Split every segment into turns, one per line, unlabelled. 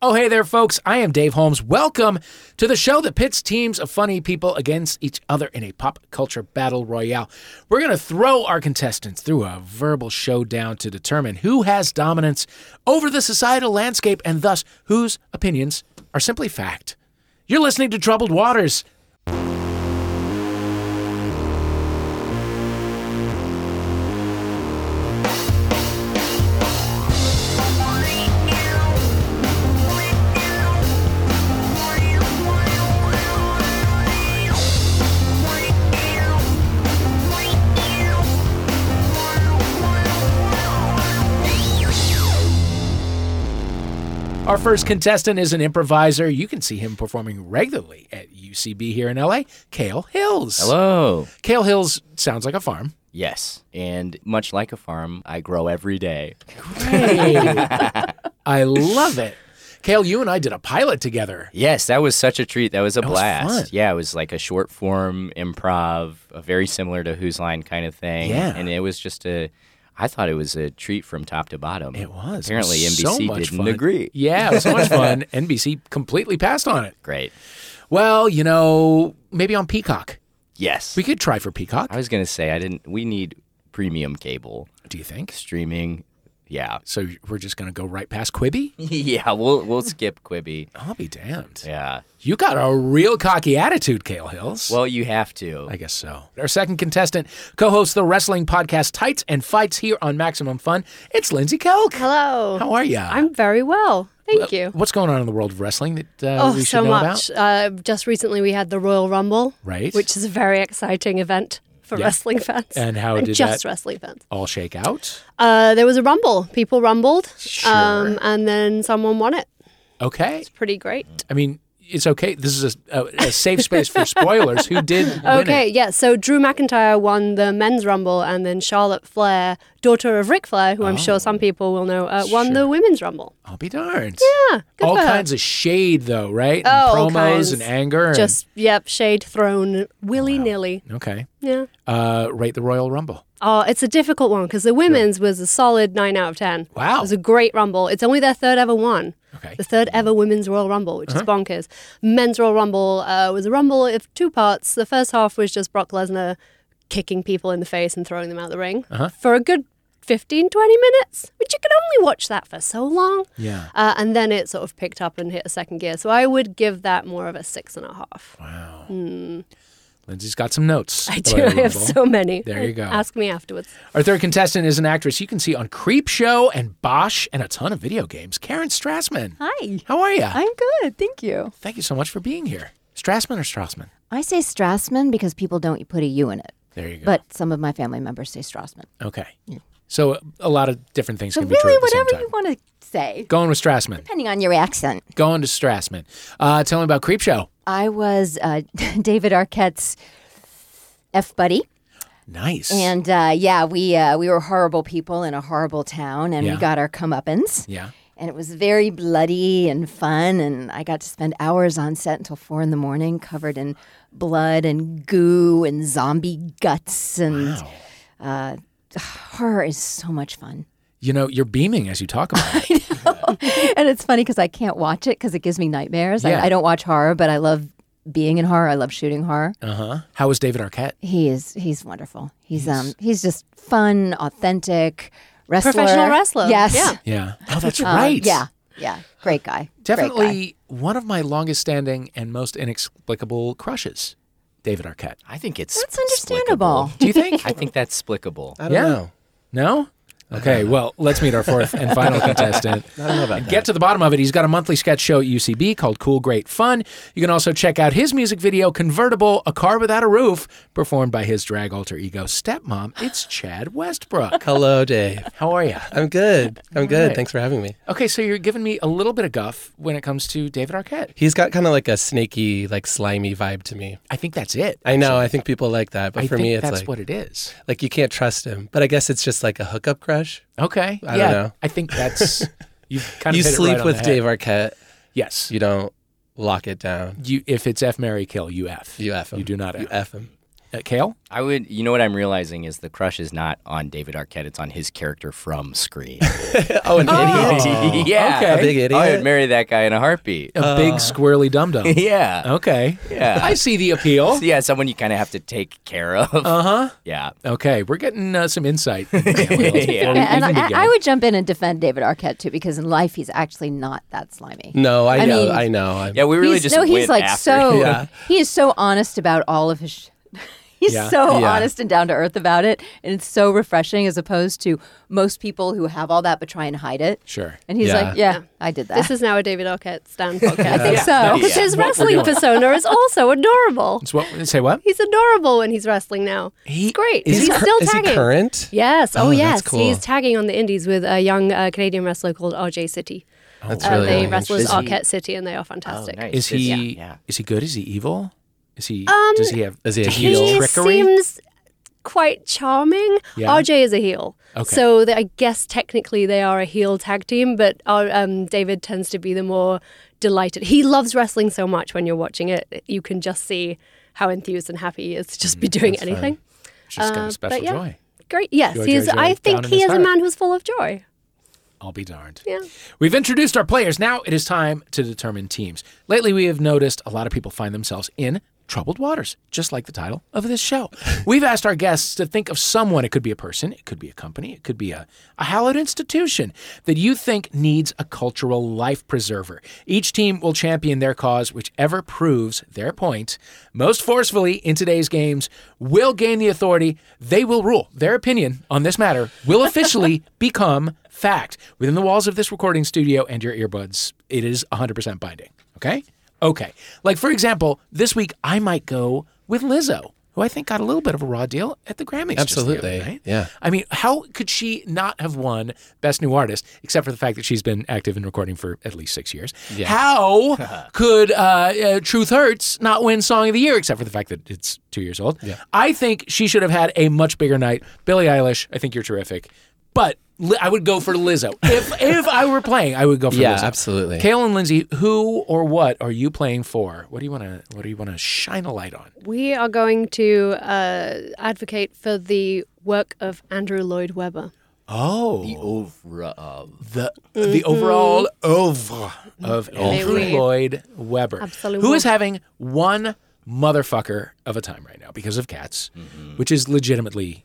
Oh, hey there, folks. I am Dave Holmes. Welcome to the show that pits teams of funny people against each other in a pop culture battle royale. We're going to throw our contestants through a verbal showdown to determine who has dominance over the societal landscape and thus whose opinions are simply fact. You're listening to Troubled Waters. Our first contestant is an improviser. You can see him performing regularly at UCB here in LA, Kale Hills.
Hello.
Kale Hills sounds like a farm.
Yes. And much like a farm, I grow every day.
I love it. Kale, you and I did a pilot together.
Yes, that was such a treat. That was a
was
blast.
fun.
Yeah, it was like a short form improv, uh, very similar to Who's Line kind of thing.
Yeah.
And it was just a, I thought it was a treat from top to bottom.
It was.
Apparently,
It was so
NBC
much
didn't
fun.
agree.
Yeah, it was so much fun. NBC completely passed on it.
Great.
Well, you know, maybe on Peacock.
Yes.
We could try for Peacock.
I was going to say, I didn't, we need premium cable
Do you think?
streaming. Yeah.
So we're just going to go right past Quibi?
yeah, we'll, we'll skip Quibi.
I'll be damned.
Yeah.
You got a real cocky attitude, Kale Hills.
Well, you have to.
I guess so. Our second contestant co hosts the wrestling podcast Tights and Fights here on Maximum Fun. It's Lindsay Kelk.
Hello.
How are you?
I'm very well. Thank you.
Uh, What's going on in the world of wrestling that uh,
Oh,
we should
so
know
much.
about?
Uh, just recently, we had the Royal Rumble,
Right.
Which is a very exciting event for wrestling fans.
And how did
just
that-
wrestling fans?
All shake out.
Uh, there was a rumble. People rumbled, um,
Sure.
and then someone won it.
Okay.
Pretty great.
I mean, it's okay. This is a, a, a safe space for spoilers. Who did win
Okay,
it?
yeah. So Drew McIntyre won the men's rumble, and then Charlotte Flair, daughter of Ric Flair, who I'm
Oh.
sure some people will know, uh, won the women's rumble.
I'll be darned.
Yeah, good
all
for her.
kinds of shade, though, right?
Oh, all
and promos
kinds.
and anger. and-
Just yep, shade thrown willy nilly.
okay.
Yeah.
Uh, rate the Royal Rumble.
Oh, it's a difficult one because the women's was a solid nine out of ten.
Wow.
it was a great rumble. It's only their third ever one.
Okay. Uh-huh.
The third ever women's Royal Rumble, which is bonkers. Men's Royal Rumble uh, was a rumble of two parts. The first half was just Brock Lesnar kicking people in the face and throwing them out of the ring
Uh-huh.
for a good 15, 20 minutes, which you can only watch that for so long.
Yeah.
Uh, and then it sort of picked up and hit a second gear. So I would give that more of a six and a half.
Wow. Lindsay's got some notes.
Hmm. I
about
do.
the
I have
Rumble.
so many.
There you go.
Ask me afterwards.
Our third contestant is an actress you can see on Creep Show and Bosch and a ton of video games. Karen Strassman.
Hi.
How are you?
I'm good. Thank you.
Thank you so much for being here. Strassman or Strassman?
I say Strassman because people don't put a U in it,
There you go.
but some of my family members say Strassman.
okay. So a- a lot of different things
So
can be true
really,
at the same
whatever
time.
you want to say,
Going with Strassman.
depending on your accent.
Going to Strassman. Uh, tell me about Creep Show.
I was uh, David Arquette's f buddy,
Nice.
and uh, yeah, we uh, we were horrible people in a horrible town, and
Yeah.
we got our comeuppance.
yeah.
And it was very bloody and fun, and I got to spend hours on set until four in the morning, covered in blood and goo and zombie guts, and
Wow.
horror is so much fun.
You know, you're beaming as you talk about it.
and it's funny because I can't watch it because it gives me nightmares.
Yeah.
I, I don't watch horror, but I love being in horror. I love shooting horror.
Uh huh. How was David Arquette?
He is he's wonderful. He's um he's just fun, authentic wrestler,
Professional wrestler.
Yes,
Yeah.
Yeah. Oh, that's
Um,
right.
yeah, yeah, great guy. Great guy.
Definitely one of my longest standing and most inexplicable crushes, David Arquette.
I think it's
That's understandable.
Do you think?
I think that's explicable.
I don't
Yeah.
know.
No? Okay, well, let's meet our fourth and final contestant.
Uh-huh. I don't know about that.
Get to the bottom of it. He's got a monthly sketch show at UCB called Cool Great Fun. You can also check out his music video, Convertible, A Car Without a Roof, performed by his drag alter ego stepmom. It's Chad Westbrook.
Hello, Dave.
How are you?
I'm good. I'm good.
right.
Thanks for having me.
Okay, so you're giving me a little bit of guff when it comes to David Arquette.
He's got kind of like a snaky, like slimy vibe to me.
I think that's it.
I know. I think people like that, but
I
for
think
me, it's
that's
like
what it is.
like you can't trust him. But I guess it's just like a hookup crush.
Okay.
I don't
yeah,
know.
I think that's you kind of
you
hit it
sleep
right on
with
the head.
Dave Arquette.
Yes.
You don't lock it down.
You if it's F Mary Kill, you F.
You f him.
You do not F.
You f him.
uh, Kale?
I would. You know what I'm realizing is the crush is not on David Arquette. It's on his character from Scream.
Oh, an idiot.
yeah,
okay. A
big idiot?
I would marry that guy in a heartbeat.
A big squirrely dum dum.
yeah.
Okay.
Yeah.
I see the appeal.
So, yeah, someone you kind of have to take care of. Uh huh. Yeah.
Okay, we're getting uh, some insight. Before we
Yeah, and
even
I,
begin.
I would jump in and defend David Arquette too, because in life he's actually not that slimy.
No, I,
I
know.
mean-
I know. I'm,
Yeah, we really
he's,
just
no,
went
he's like
after.
so.
Yeah.
He is so honest about all of his. Sh- he's
Yeah.
so
Yeah.
honest and down to earth about it, and it's so refreshing as opposed to most people who have all that but try and hide it.
Sure.
And he's
Yeah.
like, yeah, I did that.
This is now a David Arquette Stan podcast.
I think so.
Because his wrestling
doing.
persona is also adorable.
It's what, say what?
He's adorable when he's wrestling now.
He-
He's great.
is
he's
he, cur-
still
is he
tagging.
current?
Yes. Oh,
Oh, that's
yes.
cool.
He's tagging on the indies with a young uh, Canadian wrestler called RJ City.
Oh,
That's
Uh,
really
they
really
wrestle as
interesting. Oh,
Arquette City, and they are fantastic.
Oh, nice.
Is he
Yeah.
is he good? Is he evil? Is he does he have
Is he a
does
He
use
heel?
trickery?
seems quite charming.
Yeah.
RJ is a heel.
Okay.
So th- I guess technically they are a heel tag team, but our, um, David tends to be the more delighted. He loves wrestling so much when you're watching it. You can just see how enthused and happy he is to just be
Mm,
doing anything.
Just got
Uh,
a special
but yeah.
joy.
Great. Yes,
Joy,
he's,
joy, joy,
I
down
think
in
he
his
is a
heart.
man who's full of joy.
I'll be darned.
Yeah.
We've introduced our players. Now it is time to determine teams. Lately, we have noticed a lot of people find themselves in troubled waters, just like the title of this show. We've asked our guests to think of someone. It could be a person, it could be a company, it could be a, a hallowed institution that you think needs a cultural life preserver. Each team will champion their cause, whichever proves their point most forcefully in today's games will gain the authority. They will rule. Their opinion on this matter will officially become fact within the walls of this recording studio and your earbuds. It is 100% binding. Okay? Okay. Like, for example, this week I might go with Lizzo, who I think got a little bit of a raw deal at the Grammys. just the other
Absolutely.
night.
Yeah.
I mean, how could she not have won Best New Artist, except for the fact that she's been active in recording for at least six years? How could uh, uh, Truth Hurts not win Song of the Year, except for the fact that it's two years old? I think she should have had a much bigger night. Billie Eilish, I think you're terrific, but Li- I would go for Lizzo if if I were playing. I would go for
Yeah,
Lizzo.
absolutely.
Kale and Lindsay, who or what are you playing for? What do you want to What do you want to shine a light on?
We are going to uh, advocate for the work of Andrew Lloyd Webber.
Oh,
The over of.
the the overall oeuvre of Andrew
Oui.
Lloyd Webber,
Absolument.
who is having one motherfucker of a time right now because of Cats,
Mm-hmm.
which is legitimately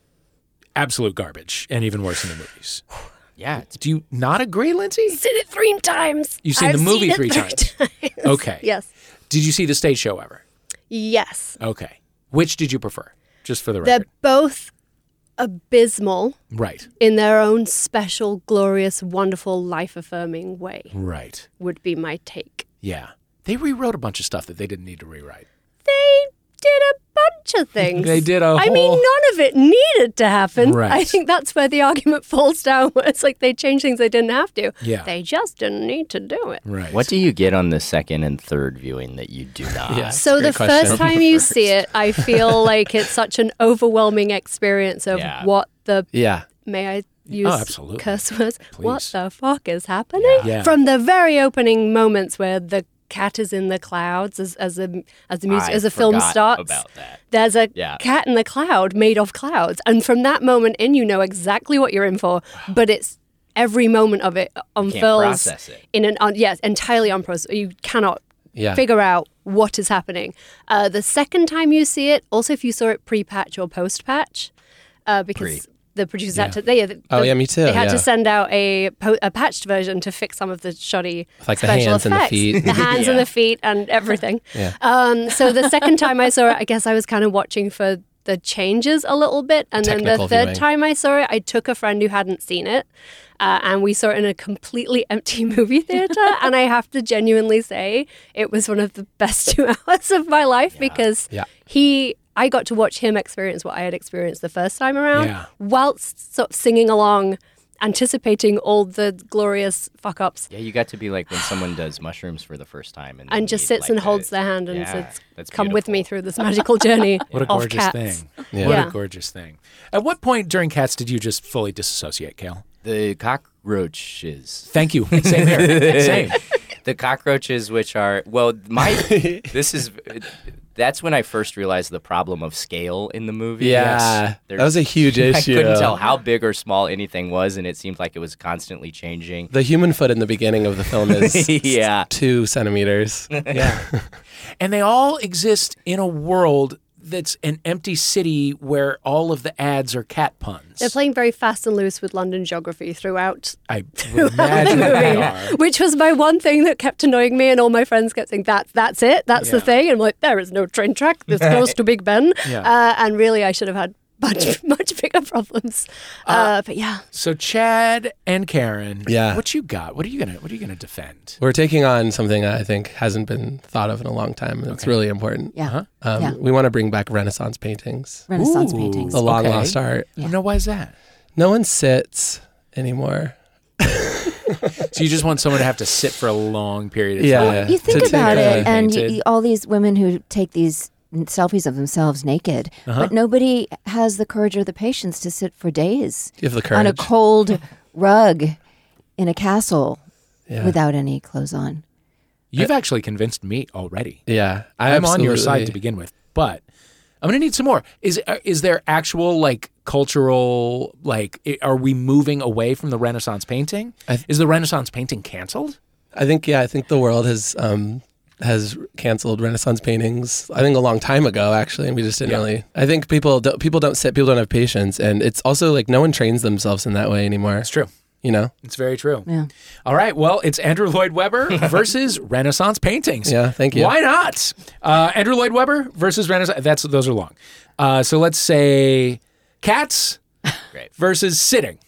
absolute garbage and even worse than the movies.
Yeah. It's,
Do you not agree, Lindsay?
Seen it three times.
You've seen the
I've
movie
it
three times. Okay.
Yes.
Did you see the stage show ever?
Yes.
Okay. Which did you prefer? Just for the
They're
record.
both abysmal
right.
in their own special, glorious, wonderful, life affirming way,
Right.
would be my take.
Yeah. They rewrote a bunch of stuff that they didn't need to rewrite.
They did a bunch of things.
They did a
I mean,
whole-
none of it needed to happen.
Right.
I think that's where the argument falls down, where it's like they changed things they didn't have to.
Yeah.
They just didn't need to do it.
Right.
what do you get on the second and third viewing that you do not?
Yeah.
So
Great
the
question.
first time you see it, I feel like it's such an overwhelming experience of
Yeah.
what the
Yeah.
may I
Oh,
use
absolutely.
curse words? What
Please.
the fuck is happening?
Yeah.
From the very opening moments where the cat is in the clouds as, as the as the music
I
as the film
forgot
starts.
about that.
There's a
Yeah.
cat in the cloud made of clouds. And from that moment in you know exactly what you're in for, but it's every moment of it unfurls
process it.
in an un, yes, entirely unprocessed. You cannot
Yeah.
figure out what is happening. Uh, the second time you see it, also if you saw it pre-patch or post-patch, uh, because the producers had to they, they
Oh, yeah, me too,
They had
yeah.
to send out a po- a patched version to fix some of the shoddy
Like the
special
hands and the
effects.
feet.
the hands and
Yeah.
the feet and everything.
Yeah.
Um, so the second time I saw it, I guess I was kind of watching for the changes a little bit, and then the
Technical
third
viewing.
time I saw it, I took a friend who hadn't seen it, uh, and we saw it in a completely empty movie theater. and I have to genuinely say, it was one of the best two hours of my life because
Yeah.
he. I got to watch him experience what I had experienced the first time around
Yeah.
whilst sort of singing along, anticipating all the glorious fuck ups.
Yeah, you got to be like when someone does mushrooms for the first time and, they
And just
need,
sits
like,
and
the-
holds their hand and
yeah,
says,
that's
Come with me
beautiful.
through this magical journey
What a
of
gorgeous
cats.
thing.
Yeah.
What
Yeah.
a gorgeous thing. At what point during Cats did you just fully disassociate, Kale?
The cockroaches.
Thank you. Same here. Same.
the cockroaches, which are well, my this is that's when I first realized the problem of scale in the movie.
Yeah,
There-
that was a huge
I
issue.
couldn't tell how big or small anything was, and it seemed like it was constantly changing.
The human foot in the beginning of the film is
Yeah.
two centimeters. Yeah,
And they all exist in a world that's an empty city where all of the ads are cat puns.
They're playing very fast and loose with London geography throughout
I would imagine they are.
which was my one thing that kept annoying me, and all my friends kept saying that that's it, that's the thing, and I'm like there is no train track this goes to Big Ben,
Yeah.
uh, and really I should have had much much bigger problems, uh, but yeah,
So Chad and Karen,
Yeah.
what you got? What are you gonna What are you gonna defend?
we're taking on something that I think hasn't been thought of in a long time. and It's really important.
Yeah.
Um,
Yeah.
We want to bring back Renaissance paintings,
Renaissance
Ooh.
paintings.
the long
Okay.
lost art.
You know why is that?
No one sits anymore.
So you just want someone to have to sit for a long period of time.
Yeah,
You think
to
about
take a-
it, and you,
painted.
you, all these women who take these n- selfies of themselves naked,
Uh-huh.
but nobody has the courage or the patience to sit for days
you have the
on a
courage.
cold rug in a castle
Yeah.
without any clothes on.
You've actually convinced me already.
yeah, I
I'm on your
absolutely-
side to begin with, but I'm gonna need some more. Is uh, is there actual like cultural like i- are we moving away from the Renaissance painting?
I th-
is the Renaissance painting canceled?
I think yeah, I think the world has um has canceled Renaissance paintings. I think a long time ago actually, and we just didn't
Yeah.
really. I think people don't, people don't sit, people don't have patience, and it's also like no one trains themselves in that way anymore.
It's true.
You know,
It's very true.
Yeah.
All right. Well, it's Andrew Lloyd Webber versus Renaissance paintings.
Yeah, thank you.
Why not? Uh, Andrew Lloyd Webber versus Renaissance. That's those are long. Uh, so let's say cats
Great.
versus sitting.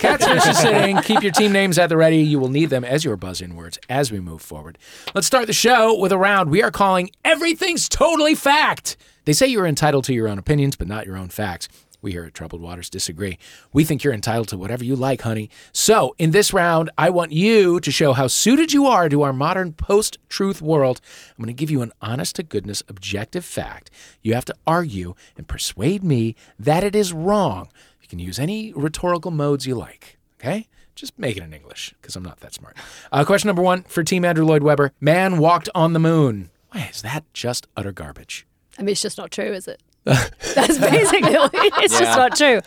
Cats versus sitting. Keep your team names at the ready. You will need them as your buzz-in words as we move forward. Let's start the show with a round we are calling "Everything's Totally Fact." They say you are entitled to your own opinions, but not your own facts. We here at Troubled Waters disagree. We think you're entitled to whatever you like, honey. So, in this round, I want you to show how suited you are to our modern post truth world. I'm going to give you an honest to goodness objective fact. You have to argue and persuade me that it is wrong. You can use any rhetorical modes you like, okay? Just make it in English because I'm not that smart. Uh, question number one for Team Andrew Lloyd Webber Man walked on the moon. Why is that just utter garbage?
I mean it's just not true, is it? That's basically all- it's just
Yeah.
not true.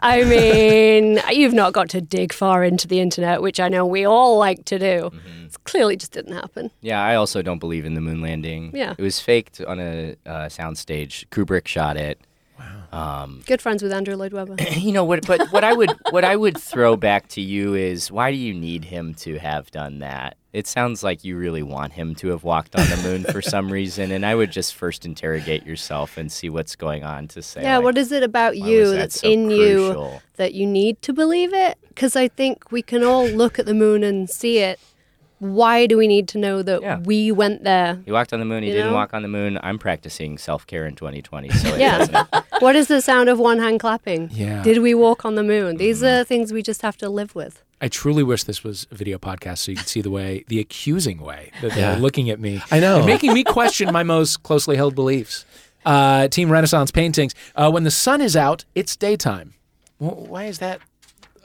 I mean, you've not got to dig far into the internet, which I know we all like to do.
Mm-hmm.
It's clearly just didn't happen.
Yeah, I also don't believe in the moon landing.
Yeah.
It was faked on a uh, soundstage. Kubrick shot it.
Good friends with Andrew Lloyd Webber.
You know what? But what I would what I would throw back to you is why do you need him to have done that? It sounds like you really want him to have walked on the moon for some reason, and I would just first interrogate yourself and see what's going on to say.
Yeah,
like,
what is it about
why
you
was that
that's
so
in you
crucial?
that you need to believe it? Because I think we can all look at the moon and see it. Why do we need to know that
Yeah.
we went there?
He walked on the moon. He
You
didn't
know?
walk on the moon. I'm practicing self care in 2020, so it
Yeah.
doesn't.
what is the sound of one hand clapping?
Yeah. Mm-hmm.
Did we walk on the moon? These are things we just have to live with.
I truly wish this was a video podcast so you could see the way, the accusing way that
Yeah.
they're looking at me.
I know.
And making me question my most closely held beliefs. Uh, Team Renaissance paintings. Uh, when the sun is out, it's daytime. Wh- why is that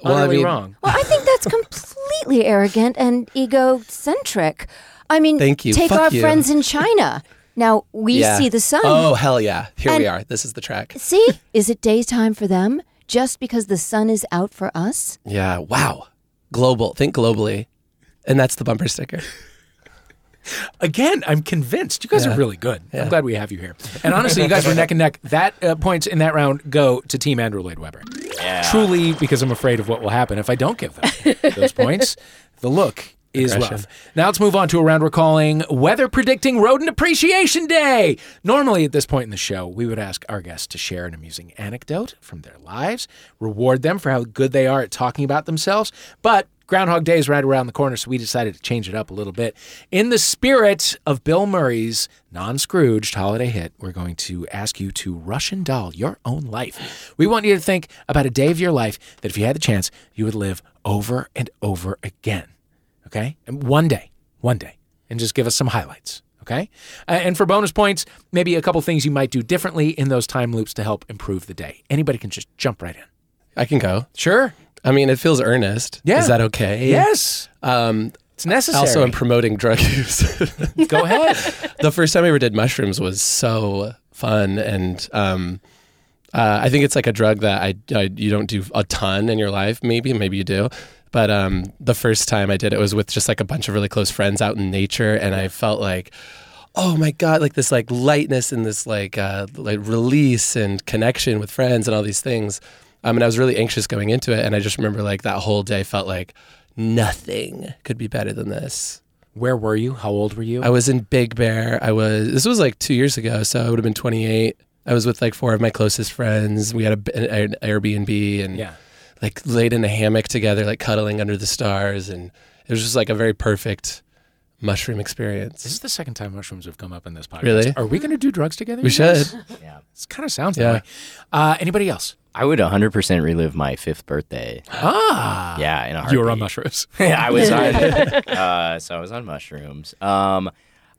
Well, I
utterly
mean-
wrong?
Well, I think that's completely arrogant and egocentric. I mean,
Thank you.
Take
Fuck
our
you.
friends in China. Now we
Yeah.
see the sun.
Oh hell yeah! Here we are. This is the track.
See, is it daytime for them just because the sun is out for us?
Yeah. Wow. Global. Think globally, and that's the bumper sticker.
Again, I'm convinced. You guys are really good. I'm glad we have you here. And honestly, you guys were neck and neck. That uh, points in that round go to Team Andrew Lloyd Webber. Truly, because I'm afraid of what will happen if I don't give them those points. The look is rough. Now let's move on to a round we're calling Weather Predicting Rodent Appreciation Day. Normally, at this point in the show, we would ask our guests to share an amusing anecdote from their lives, reward them for how good they are at talking about themselves, but Groundhog Day is right around the corner, so we decided to change it up a little bit. In the spirit of Bill Murray's non Scrooged holiday hit, we're going to ask you to Russian doll your own life. We want you to think about a day of your life that if you had the chance, you would live over and over again. Okay? And one day, one day, and just give us some highlights. Okay? Uh, and for bonus points, maybe a couple things you might do differently in those time loops to help improve the day. Anybody can just jump right in.
I can go.
Sure.
I mean, it feels earnest.
Yeah.
Is that okay?
Yes.
Um,
It's necessary.
Also, I'm promoting drug use.
Go ahead.
the first time I ever did mushrooms was so fun, and um, uh, I think it's like a drug that I, I you don't do a ton in your life. Maybe, maybe you do, but um, the first time I did it was with just like a bunch of really close friends out in nature, and I felt like. Oh my god! Like this, like lightness and this, like uh, like release and connection with friends and all these things. Um, and I was really anxious going into it, and I just remember like that whole day felt like nothing could be better than this.
Where were you? How old were you?
I was in Big Bear. I was this was like two years ago, so I would have been 28. I was with like four of my closest friends. We had a, an Airbnb and
Yeah.
like laid in a hammock together, like cuddling under the stars, and it was just like a very perfect mushroom
This
experience.
is the second time mushrooms have come up in this podcast.
Really?
Are we going to do drugs together?
We should.
It kind of sounds
Yeah.
that way. Uh, anybody else?
I would 100% relive my fifth birthday.
Ah.
Yeah, in a heartbeat.
You were on mushrooms.
I was on. uh, so I was on mushrooms. Um,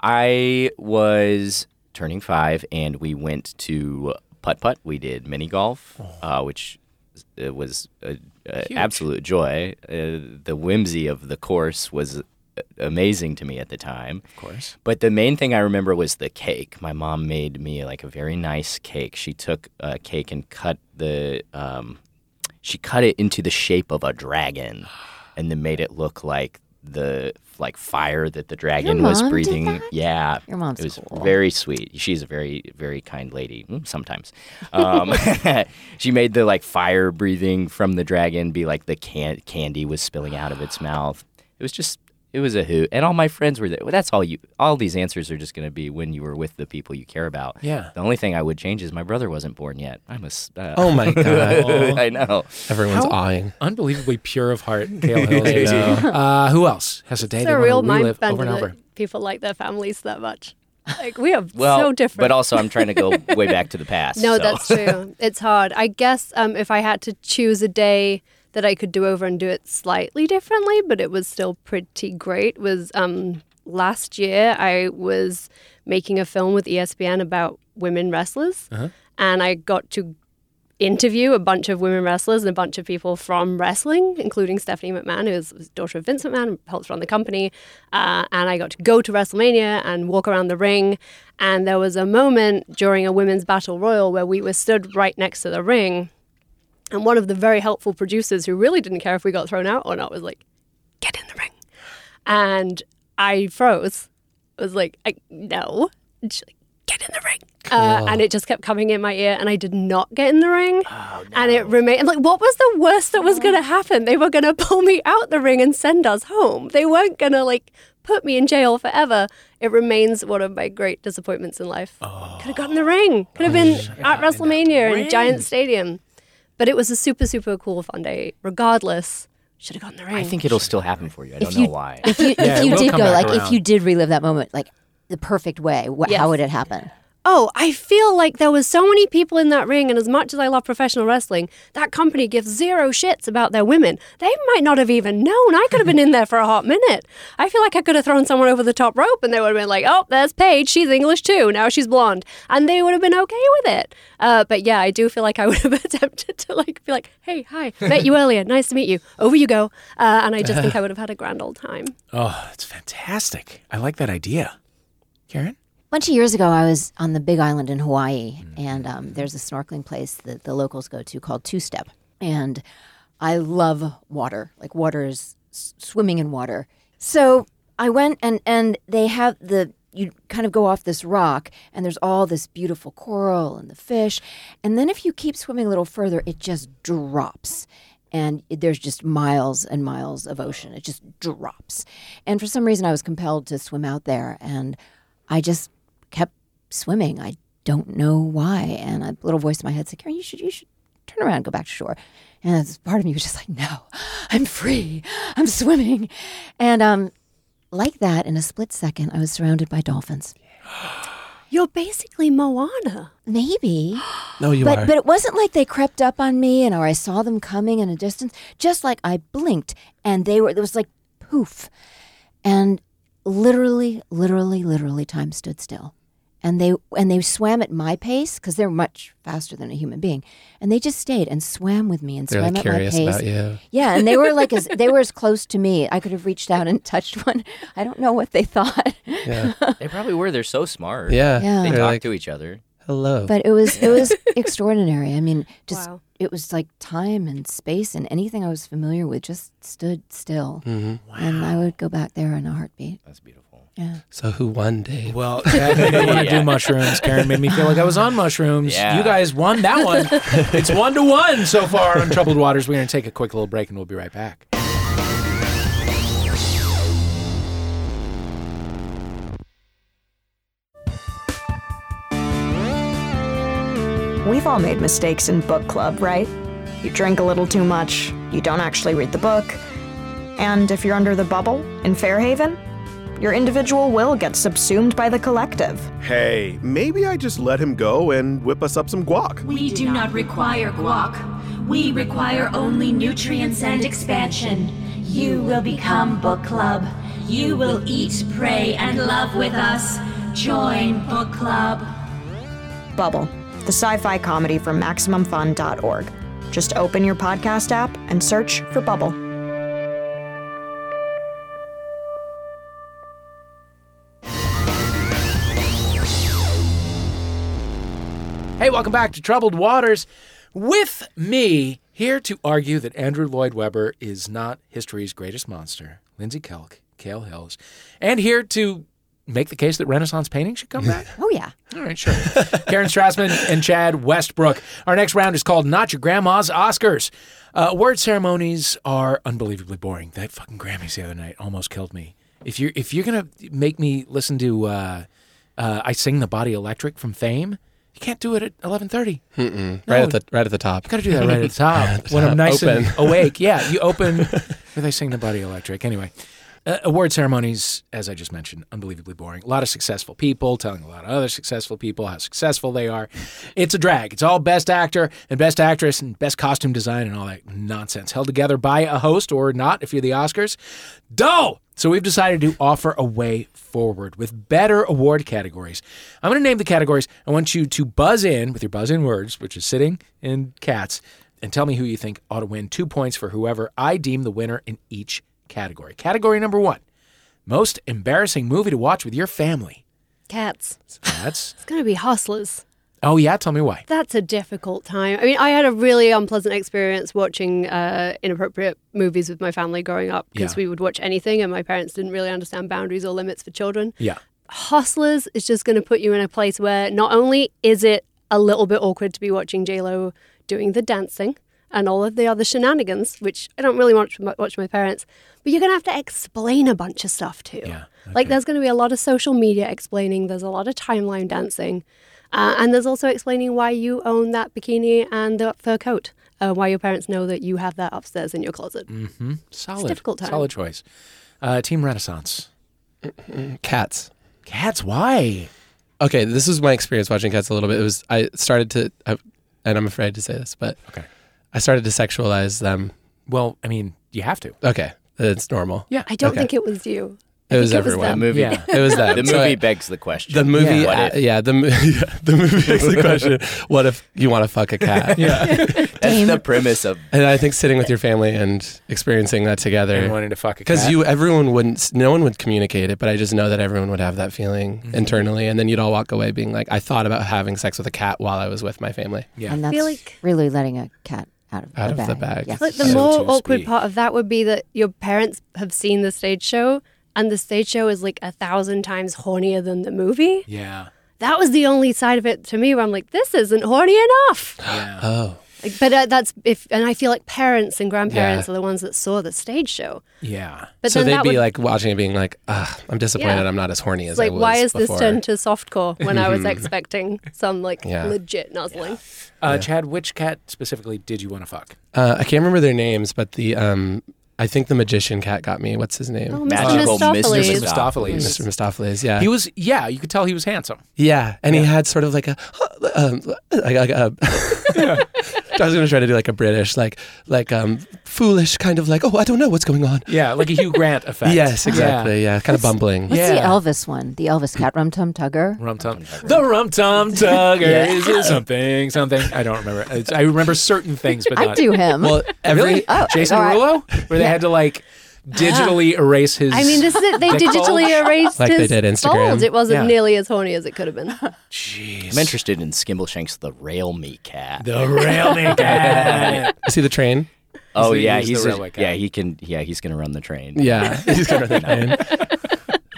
I was turning five, and we went to putt putt. We did mini golf, uh, which uh, was a, a absolute joy. Uh, the whimsy of the course was uh, amazing to me at the time. Of
course.
But the main thing I remember was the cake. My mom made me like a very nice cake. She took a cake and cut the um, she cut it into the shape of a dragon and then made it look like the like fire that the dragon was
mom did
breathing.
that?
Yeah.
Your mom's
it was
cool.
very sweet. She's a very very kind lady Mm, sometimes. Um, she made the like fire breathing from the dragon be like the can- candy was spilling out of its mouth. It was just it was a hoot, and all my friends were there. Well, that's all you. All these answers are just going to be when you were with the people you care about.
Yeah.
The only thing I would change is my brother wasn't born yet. I'm a. s- Uh,
Oh my god!
I know.
Everyone's
How-
eyeing.
Unbelievably pure of heart, Kale Hill
I
is.
know.
Uh, who else has a day
It's
they
a
want
real
to
mind
relive
bender
over and
that
over?
people like their families that much. Like we are
Well,
so different.
but also I'm trying to go way back to the past.
No,
so.
that's true. It's hard. I guess um, if I had to choose a day that I could do over and do it slightly differently, but it was still pretty great, was um, last year I was making a film with E ESPN about women wrestlers, and I got to interview a bunch of women wrestlers and a bunch of people from wrestling, including Stephanie McMahon, who's the daughter of Vince McMahon, and helps run the company. Uh, and I got to go to WrestleMania and walk around the ring. And there was a moment during a women's battle royal where we were stood right next to the ring. And one of the very helpful producers who really didn't care if we got thrown out or not was like, get in the ring. And I froze. I was like, I, no. And she's like, get in the ring. Uh, and it just kept coming in my ear, and I did not get in the ring.
Oh,
And it remained. And like, what was the worst that was going to happen? They were going to pull me out the ring and send us home. They weren't going to like put me in jail forever. It remains one of my great disappointments in life. Could have gotten the ring.
Oh.
Could have been at WrestleMania in, Giant Stadium. But it was a super, super cool fun day. Regardless, should have gotten the ring.
I think it'll still happen for you. I don't know
you-
why.
If you,
Yeah, it
if you
will
did
come
go,
back
like
around.
if you did relive that moment, like the perfect way, wh-
Yes.
how would it happen?
oh, I feel like there was so many people in that ring, and as much as I love professional wrestling, that company gives zero shits about their women. They might not have even known. I could have been in there for a hot minute. I feel like I could have thrown someone over the top rope, and they would have been like, "Oh, there's Paige. She's English too. Now she's blonde," and they would have been okay with it. Uh, but yeah, I do feel like I would have attempted to like be like, "Hey, hi, met you earlier. Nice to meet you. Over you go." Uh, and I just think I would have had a grand old time.
Oh, it's fantastic. I like that idea. Karen?
A bunch of years ago, I was on the Big Island in Hawaii, and um, there's a snorkeling place that the locals go to called Two Step. And I love water. Like, water is s- swimming in water. So I went, and, and they have the, you kind of go off this rock, and there's all this beautiful coral and the fish. And then if you keep swimming a little further, it just drops and it- there's just miles and miles of ocean. It just drops. And for some reason, I was compelled to swim out there, and I just kept swimming. I don't know why. And a little voice in my head said, "Karen, you should, you should turn around, and go back to shore." And this part of me was just like, "No, I'm free. I'm swimming." And um, like that, in a split second, I was surrounded by dolphins.
You're basically Moana.
Maybe.
No, you
but
are.
but it wasn't like they crept up on me and or I saw them coming in a distance. Just like I blinked and they were it was like poof. And literally, literally, literally time stood still. and they and they swam at my pace because they're much faster than a human being, and they just stayed and swam with me and
They're
swam
like
at my
curious
pace.
about you.
Yeah, and they were like as they were as close to me. I could have reached out and touched one. I don't know what they thought,
Yeah.
They probably were. They're so smart.
Yeah.
Yeah.
They
They're
talk
like,
to each other.
hello.
but it was it was extraordinary. I mean, just
Wow.
it was like time and space and anything I was familiar with just stood still, and I would go back there in a heartbeat.
That's beautiful.
Yeah,
so who won, Dave?
Well, Chad made me want to do mushrooms. Karen made me feel like I was on mushrooms.
Yeah.
You guys won that one. it's one to one so far on Troubled Waters. We're going to take a quick little break and we'll be right back.
We've all made mistakes in book club, right? You drink a little too much, you don't actually read the book, and if you're under the bubble in Fairhaven, your individual will gets subsumed by the collective.
Hey, maybe I just let him go and whip us up some guac.
We do not require guac. We require only nutrients and expansion. You will become book club. You will eat, pray, and love with us. Join book club.
Bubble, the sci fi comedy from MaximumFun.org. Just open your podcast app and search for Bubble.
Hey, welcome back to Troubled Waters. With me here to argue that Andrew Lloyd Webber is not history's greatest monster, Lindsay Kelk, Cale Hills, and here to make the case that Renaissance painting should come back.
oh yeah.
All right, sure. Karen Strassman and Chad Westbrook. Our next round is called Not Your Grandma's Oscars. Uh, award ceremonies are unbelievably boring. That fucking Grammys the other night almost killed me. If you're if you're gonna make me listen to uh, uh, I Sing the Body Electric from Fame, you can't do it at eleven thirty.
right at the right at the top.
You got to do that right at the top when I'm nice and awake. Yeah, you open where they sing the Body Electric. Anyway, uh, award ceremonies, as I just mentioned, unbelievably boring. A lot of successful people telling a lot of other successful people how successful they are. It's a drag. It's all best actor and best actress and best costume design and all that nonsense held together by a host or not if you're the Oscars. Dull. So we've decided to offer a way forward with better award categories. I'm going to name the categories. I want you to buzz in with your buzz in words, which is sitting and cats, and tell me who you think ought to win. Two points for whoever I deem the winner in each category. Category number one most embarrassing movie to watch with your family.
Cats.
That's.
It's going to be Hustlers.
Oh, yeah. Tell me why.
That's a difficult time. I mean, I had a really unpleasant experience watching uh, inappropriate movies with my family growing up because
Yeah.
we would watch anything and my parents didn't really understand boundaries or limits for children.
Yeah.
Hustlers is just going to put you in a place where not only is it a little bit awkward to be watching Lo doing the dancing and all of the other shenanigans, which I don't really want to watch my parents, but you're going to have to explain a bunch of stuff too.
Yeah,
Like there's going to be a lot of social media explaining, there's a lot of timeline dancing, uh, and there's also explaining why you own that bikini and the fur coat, uh, why your parents know that you have that upstairs in your closet.
Solid.
difficult time.
Solid choice. Uh, Team Renaissance.
Cats.
Cats, why?
Okay, this is my experience watching Cats a little bit. It was I started to, I, and I'm afraid to say this, but
Okay.
I started to sexualize them.
Well, I mean, you have to.
Okay, it's normal.
Yeah.
I don't
Okay.
think it was you.
it was
think it was
everyone.
The movie.
Yeah.
It was that.
The
So
movie
I-
begs the question.
the movie,
What
yeah,
if?
yeah the, mo- yeah, the movie begs the question: What if you want to fuck a cat? Yeah,
That's the premise of
and I think sitting with your family and experiencing that
And
together,
wanting to fuck a cat.
because you, everyone wouldn't, s- no one would communicate it, but I just know that everyone would have that feeling internally, and then you'd all walk away being like, "I thought about having sex with a cat while I was with my family."
Yeah.
And that's
Feel like-
really letting a cat out of
Out
the bag.
of the bag.
Yeah.
Like the
so
more
to
awkward
speak.
part of that would be that your parents have seen the stage show and the stage show is like a thousand times hornier than the movie.
Yeah.
That was the only side of it to me where I'm like, this isn't horny enough.
Yeah.
Oh,
Like, but uh, that's if, and I feel like parents and grandparents
Yeah.
are the ones that saw the stage show.
Yeah.
But
so
then
they'd
that
be
would,
like watching it, being like, "Ah, I'm disappointed.
Yeah.
I'm not as horny as
like,
I was."
why is this
before."
turned to softcore when I was expecting some like
Yeah.
legit nuzzling?
Uh, Chad, which cat specifically did you want to fuck?
Uh, I can't remember their names, but the um, I think the magician cat got me. What's his name?
Oh,
magical
Mr.
Mr.
Mistopheles.
Mr.
Mistopheles.
Mistopheles. Yeah,
He was, yeah, you could tell he was handsome.
yeah, and he had sort of like a, um, like, like a I was gonna try to do like a British, like like um foolish kind of like, oh, I don't know what's going on.
Yeah, like a Hugh Grant effect.
Yes, exactly. Yeah, kind of bumbling.
What's the
Yeah.
Elvis one? The Elvis cat rum tum tugger?
Rum Tum. The Rum Tum Tugger is it something, something. I don't remember. It's- I remember certain things, but
I
not.
do him.
Well, every
Really?
Oh,
Jason
all right.
Derulo? Where they had to like digitally erase his.
I mean, this is it. They
Dick bulge.
digitally erased
Like they
his
did Instagram.
bulge. It wasn't
Yeah.
nearly as horny as it could have been.
I'm interested in Skimbleshanks, the rail meat cat.
the real nigga.
I see the train.
oh
the-
yeah,
he's the
he's a-
railway cat.
yeah he can yeah he's gonna run the train.
Yeah, he's kind of the train.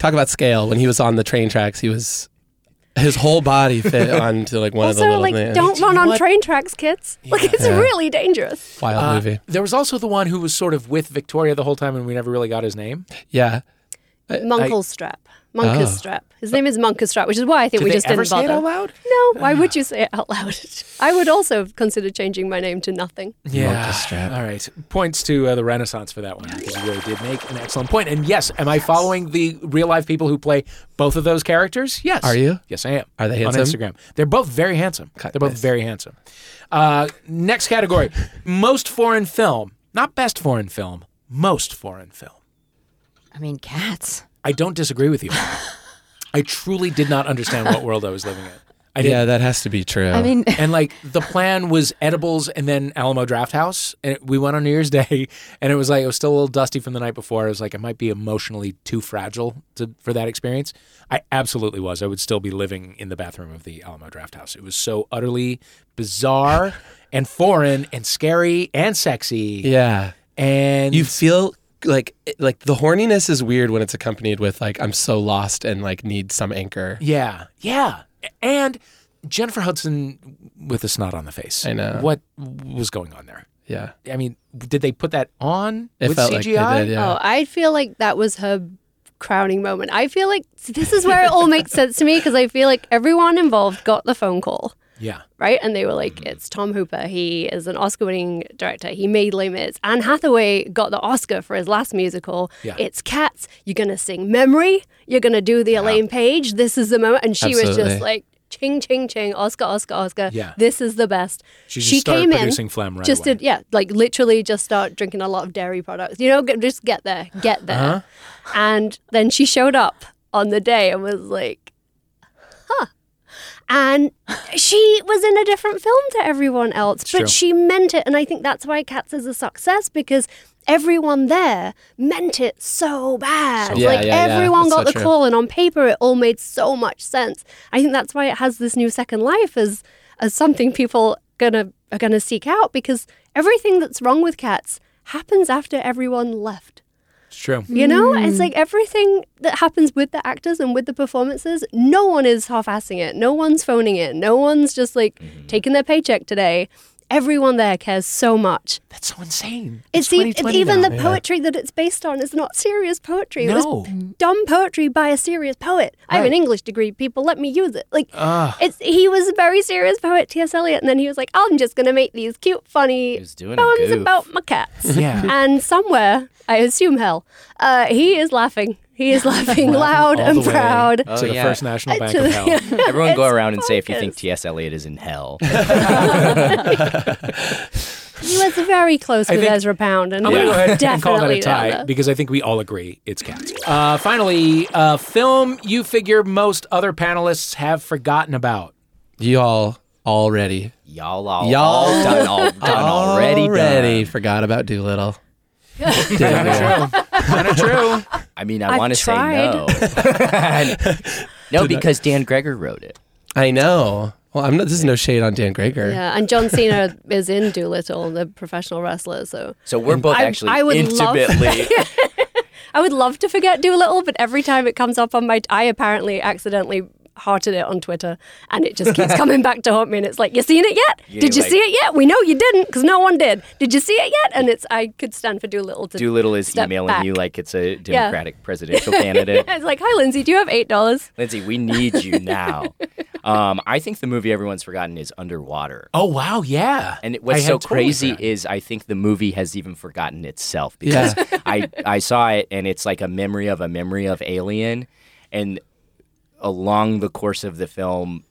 Talk about scale. When he was on the train tracks, he was his whole body fit onto like one of the
also,
little
like,
things.
don't run on train tracks, kids. Like, it's
Yeah.
really dangerous.
Wild movie.
Uh, there was also the one who was sort of with Victoria the whole time, and we never really got his name.
Yeah.
Munkelstrap.
Oh.
Munkerstrap. His name is Munkerstrap, which is why I think
Did
we
they
just
ever
didn't
say
bother.
it out loud?
No, why would you say it out loud? I would also consider changing my name to nothing.
Yeah.
Monkey strap.
All right. Points to uh, the Renaissance for that one because you really did make an excellent point. And yes, am I following the real life people who play both of those characters? Yes.
Are you?
Yes, I am.
Are they
On
handsome?
Instagram. They're both very handsome.
God
They're both
bless.
very handsome. Uh, next category most foreign film. Not best foreign film, most foreign film.
I mean, cats.
I don't disagree with you. I truly did not understand what world I was living in. I didn't.
Yeah, that has to be true.
I mean,
And like the plan was edibles and then Alamo Draft House. And we went on New Year's Day, and it was like it was still a little dusty from the night before. I was like, I might be emotionally too fragile to, for that experience. I absolutely was. I would still be living in the bathroom of the Alamo Draft House. It was so utterly bizarre and foreign and scary and sexy.
yeah.
And
You feel like like the horniness is weird when it's accompanied with like I'm so lost and like need some anchor.
yeah, yeah, and Jennifer Hudson with a snot on the face.
I know.
what was going on there.
Yeah.
I mean, did they put that on
It
with
felt
CGI?
like they did, yeah.
Oh, I feel like that was her crowning moment. I feel like this is where it all makes sense to me because I feel like everyone involved got the phone call.
Yeah.
right? And they were like,
Mm-hmm.
it's Tom Hooper. He is an Oscar winning director. He made Les Mis. Anne Hathaway got the Oscar for his last musical.
Yeah.
It's Cats. You're going to sing Memory. You're going to do the Elaine Page. This is the moment. And she was
Absolutely.
just like, ching, ching, ching, Oscar, Oscar, Oscar.
Yeah.
This is the best.
She just started producing phlegm right
just
away.
did, yeah, like literally just start drinking a lot of dairy products. You know, g- just get there, get there.
Uh-huh.
And then she showed up on the day and was like, and she was in a different film to everyone else, but
true.
she meant it. And I think that's why Cats is a success because everyone there meant it so bad.
So Yeah,
like
yeah, yeah.
everyone
That's
got
so
the
true.
call, and on paper, it all made so much sense. I think that's why it has this new second life as as something people gonna are gonna seek out because everything that's wrong with Cats happens after everyone left.
It's true.
You know, it's
Mm.
like everything that happens with the actors and with the performances, no one is half assing it. No one's phoning it. No one's just like
Mm-hmm.
taking their paycheck today. Everyone there cares so much.
That's so insane.
It's, e- it's even
now.
the poetry that it's based on is not serious poetry. It
No.
was dumb poetry by a serious poet. I have an English degree, people let me use it. Like
Ah.
it's he was a very serious poet, T.S. Eliot, and then he was like, I'm just gonna make these cute, funny
He was doing a
poems
goof.
about my cats.
Yeah.
And somewhere, I assume hell, uh, he is laughing. He is laughing loud
all
and
the way.
proud.
Oh,
to the
yeah.
First National Bank of Hell.
Everyone go
It's
around and say if you think
bonkers.
T.S. Eliot is in hell.
He was very close
I
with
think-
Ezra Pound, and
I'm going to go ahead and call that
definitely
a tie
down there.
because I think we all agree it's cats. Uh, finally, uh, film you figure most other panelists have forgotten about.
Y'all already
Y'all all,
Y'all
all done, all done already.
already
Done.
forgot about Doolittle. Damn
Kind of
it.
true. kind of true.
I mean, I
I've
want to say
tried.
no. no, because Dan Gregor wrote it.
I know. Well, I'm not. This is no shade on Dan Greger.
Yeah, and John Cena is in Doolittle, the professional wrestler. So
So we're both
I-
actually
I would love-
intimately.
I would love to forget Doolittle, but every time it comes up on my, I apparently accidentally hearted it on Twitter, and it just keeps coming back to haunt me. And it's like, you seen it yet?
Yeah,
did you
like-
see it yet? We know you didn't, because no one did. Did you see it yet? And it's, I could stand for Doolittle to
Doolittle is
step
emailing
back.
you like it's a Democratic presidential candidate.
It's like, hi, Lindsay, do you have eight dollars?
Lindsay, we need you now. um, I think the movie everyone's forgotten is Underwater.
Oh, wow. Yeah.
And it-
I
what's
had
so
totally
crazy
forgotten.
is I think the movie has even forgotten itself because I, I saw it and it's like a memory of a memory of Alien. And along the course of the film,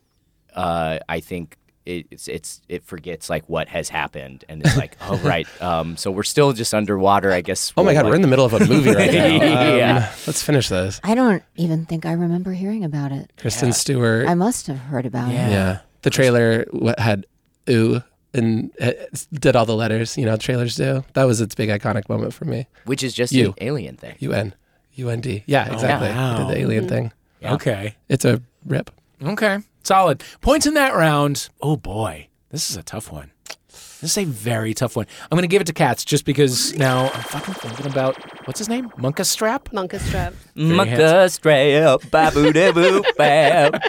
uh, I think it, it's it's it forgets like what has happened and it's like oh right um so we're still just underwater I guess
Oh my God, we're in the middle of a movie right now. Um,
Yeah.
Let's finish this.
I don't even think I remember hearing about it.
Kristen Stewart.
I must have heard about
Yeah.
it.
yeah. The trailer w- had ooh and uh, did all the letters, you know, trailers do. That was its big iconic moment for me.
which is just
You.
an alien thing
UN. UND. Yeah, exactly.
wow.
They did the alien thing.
Okay.
It's a rip.
Okay. Solid. Points in that round. Oh boy. This is a tough one. This is a very tough one. I'm going to give it to Katz just because now I'm fucking thinking about what's his name? Monka Strap?
Monka Strap.
Mucka stray up babu debu bab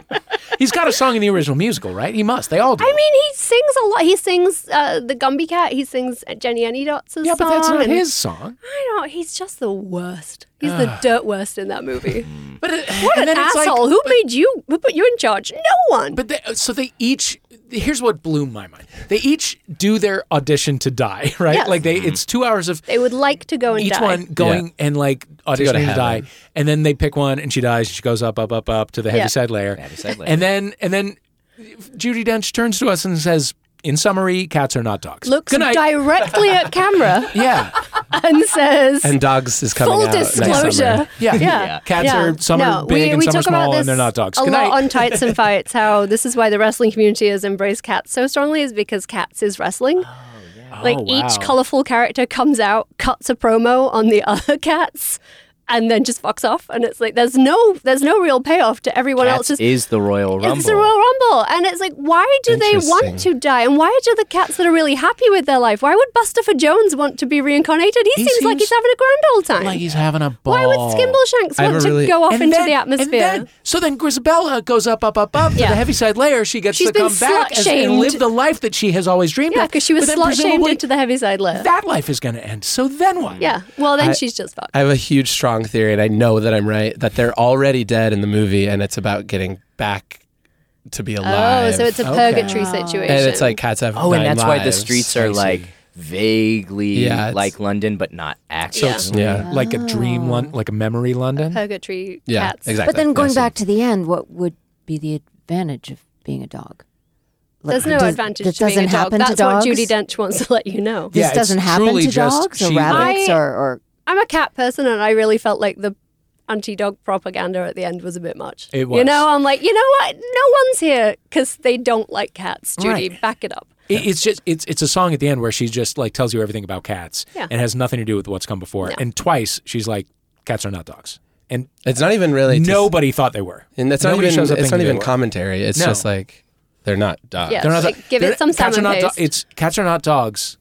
He's got a song in the original musical, right? He must. They all do.
I mean, he sings a lot. He sings uh, the Gumby Cat. He sings Jenny Anydots' song.
yeah, but that's not
and-
his song.
I know. He's just the worst. He's the dirt worst in that movie.
But it,
What
and
an
then it's like-
asshole! Who made you? Who put you in charge? No one.
But they, so they each. Here's what blew my mind. They each do their audition to die, right?
Yes.
Like they, it's two hours of
they would like to go and
each
die.
one going and like
go to
auditioning to, die,
heaven.
and then they pick one and she dies. She goes up, up, up, up to the
Yeah.
heaviside layer,
Heaviside layer.
and then and then Judy Dench turns to us and says, "In summary, cats are not dogs."
looks
Good night.
directly at camera
yeah,
and says,
And Dogs is coming
"Full
out next summer.
disclosure."
yeah,
Yeah.
Cats
Yeah.
are some
no,
are big
we,
and
we
some are
talk about
small,
this
and they're not dogs.
A
Good
lot
night.
on Tights and Fights, how this is why the wrestling community has embraced cats so strongly is because cats is wrestling. Like
Oh,
each
wow.
colorful character comes out, cuts a promo on the other cats, and then just fucks off. And it's like there's no there's no real payoff to everyone
Cats
else's.
is the Royal Rumble
It's the Royal Rumble, and it's like, why do they want to die, and why do the cats that are really happy with their life? Why would Buster for Jones want to be reincarnated? He,
He
seems, like
seems
he's having a grand old time.
like he's having a ball.
why would Skimbleshanks
I have
want
a
to
really-
go off
And
into
then-
the
and
atmosphere?
then- so then Grisabella goes up, up, up, up to
Yeah.
the heaviside layer. She gets
She's
to
been
come back and, and
slut-shamed.
live the life that she has always dreamed
yeah,
of.
because she was
But then
slut shamed
presumably
into the Heaviside Layer.
That life is going to end. So then what?
yeah, well then she's just fucked.
I have a huge strong theory, and I know that I'm right, that they're already dead in the movie and it's about getting back to be
oh,
alive.
so it's a purgatory situation.
and it's like cats have
Oh, and
nine
that's why the
lives.
streets are like vaguely
Yeah, it's-
like London, but not
So
actually.
Yeah.
it's
Yeah.
like a dream, Lon- like a memory London.
purgatory
Yeah,
cats.
exactly.
But then going
Yes.
back to the end, what would be the advantage of being a dog? Like,
There's no
does-
advantage
That
to being
doesn't
a dog.
happen
That's
to dogs.
what Judy Dench wants to let you know.
This
Yeah, it's
doesn't happen
truly
to
just
dogs or
she-
rabbits
I-
or, or
I'm a cat person, and I really felt like the anti-dog propaganda at the end was a bit much.
It
You
was.
know, I'm like, you know what? No one's here because they don't like cats. Judy,
Right.
back it up.
It, it's just it's it's a song at the end where she just like tells you everything about cats
Yeah.
and has nothing to do with what's come before. And twice she's like, "Cats are not dogs," and
It's not even really.
nobody thought they were.
and that's not
Nobody
even.
shows up
It's not
thinking
even
they were.
commentary. It's
No.
just like they're not dogs.
Yeah.
They're not.
Like, give it
they're-
some
cats are
salmon
not do-
paste.
it's cats are not dogs.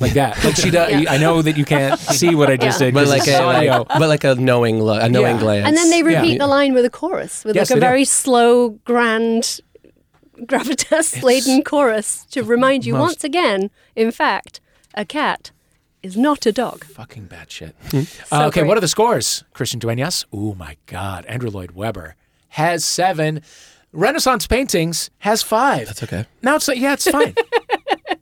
Like that. Like she does. I know that you can't see what I just
Yeah.
did,
But
'cause
like
it's
a
audio.
like, but like a knowing look, a knowing
Yeah.
glance.
And then they repeat
Yeah.
the line with a chorus, with
Yes,
like
they
a
do.
very slow, grand, gravitas-laden chorus to remind you
most-
once again. In fact, a cat is not a dog.
Fucking bad shit.
Hmm.
Uh, okay,
great.
what are the scores? Christian Duenas. Oh my God. Andrew Lloyd Webber has seven. Renaissance Paintings has five.
That's okay.
Now it's yeah, it's fine.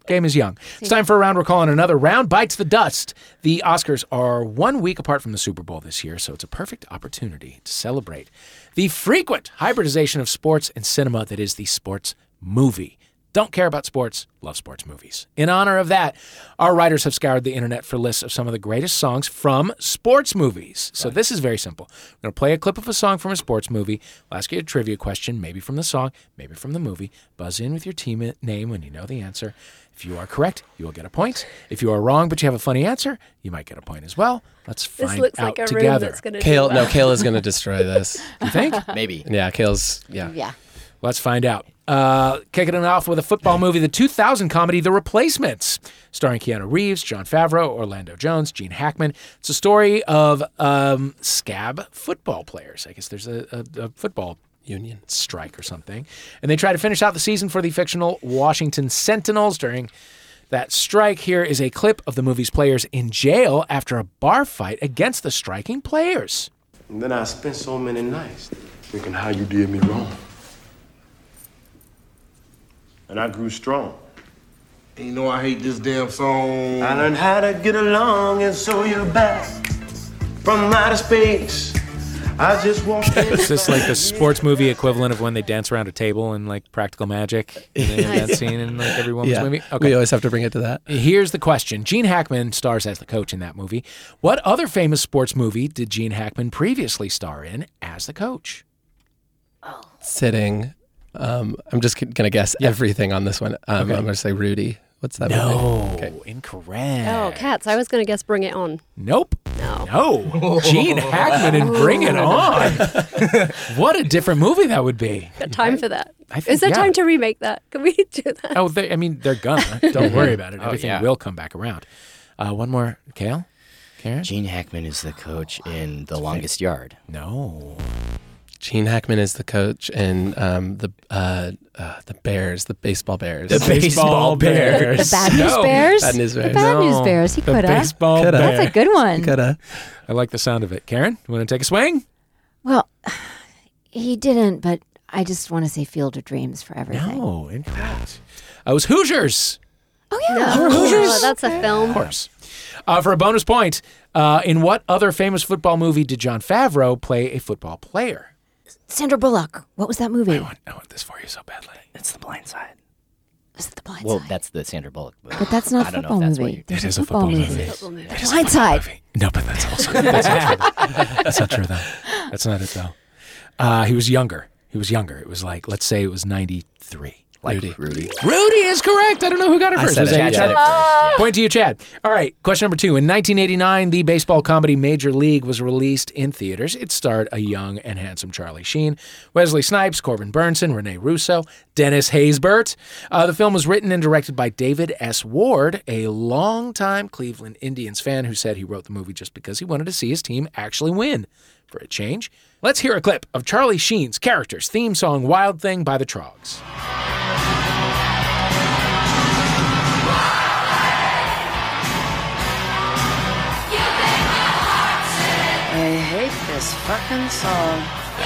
Game is young. It's time for a round. We're calling another round. Bites the dust. The Oscars are one week apart from the Super Bowl this year, so it's a perfect opportunity to celebrate the frequent hybridization of sports and cinema that is the sports movie. Don't care about sports, love sports movies. In honor of that, our writers have scoured the internet for lists of some of the greatest songs from sports movies. So this is very simple. I'm going to play a clip of a song from a sports movie. We'll ask you a trivia question, maybe from the song, maybe from the movie. Buzz in with your team name when you know the answer. If you are correct, you will get a point. If you are wrong, but you have a funny answer, you might get a point as well. Let's
This
find
looks
out
like a room
together.
that's going to
Kale, no, Kale is gonna destroy this.
you think?
Maybe.
Yeah, Kale's. Yeah.
yeah.
Let's find out. Uh, kicking it off with a football movie, the 2000 comedy The Replacements, starring Keanu Reeves, John Favreau, Orlando Jones, Gene Hackman. It's a story of um, scab football players. I guess there's a, a, a football
Union.
strike or something. And they try to finish out the season for the fictional Washington Sentinels during that strike. Here is a clip of the movie's players in jail after a bar fight against the striking players.
And then I spent so many nights thinking how you did me wrong. And I grew strong.
You know I hate this damn song.
I learned how to get along, and so you're back from outer space. I just walked in.
It's just like the sports movie equivalent of when they dance around a table in like Practical Magic. And they have that
Nice.
scene in like every woman's
Yeah.
movie.
We always have to bring it to that.
Here's the question. Gene Hackman stars as the coach in that movie. What other famous sports movie did Gene Hackman previously star in as the coach?
Sitting. Um, I'm just going to guess everything on this one. Um, I'm going to say Rudy. What's that
No,
movie? Okay.
incorrect.
Oh, cats. I was going to guess Bring It On.
Nope. No. Gene Hackman and Bring It On. what a different movie that would be.
Got time for that. Is
I think-
there
yeah.
time to remake that? Can we do that?
Oh, they, I mean, they're gonna. Don't worry about it.
Oh,
Everything
yeah.
will come back around. Uh, one more, Kale? Karen?
Gene Hackman is the coach in The Longest Yard.
No.
Gene Hackman is the coach and um, the uh, uh, the Bears, the baseball Bears.
The Baseball Bears.
The Bad News
No.
Bears.
Bad News
The
Bears.
Bad News
No.
Bears. He
The
could have.
baseball
Coulda.
bear.
That's a good one.
Coulda.
I like the sound of it. Karen, you want to take a swing?
Well, he didn't, but I just want to say Field of Dreams for everything.
No, incorrect. I was Hoosiers.
Oh yeah,
Oh, that's a
Of
film.
course. Uh, for a bonus point, uh, in what other famous football movie did John Favreau play a football player?
Sandra Bullock. What was that movie?
I want, I want this for you so badly.
It's The Blind Side.
Was it The Blind
Well,
Side?
that's the Sandra Bullock movie.
but that's not
I
a
don't know
football
if that's what
movie.
you're-
There's
It is
a
a
football,
football
movie.
movie.
The Blind Side.
No, but that's also that's not, that's not true though. That's not it though. Uh, he was younger. He was younger. It was like let's say it was ninety three.
like Rudy. Rudy.
Rudy is correct. I don't know who got it first.
said
Was
it.
that you,
I
Chad?
said it
Point to you, Chad. All right, question number two. In 1989, the baseball comedy Major League was released in theaters. It starred a young and handsome Charlie Sheen, Wesley Snipes, Corbin Burnson, Rene Russo, Dennis Haysbert. Uh, the film was written and directed by David S. Ward, a longtime Cleveland Indians fan who said he wrote the movie just because he wanted to see his team actually win. For a change, let's hear a clip of Charlie Sheen's character's theme song Wild Thing by the Trogs.
I hate this fucking song.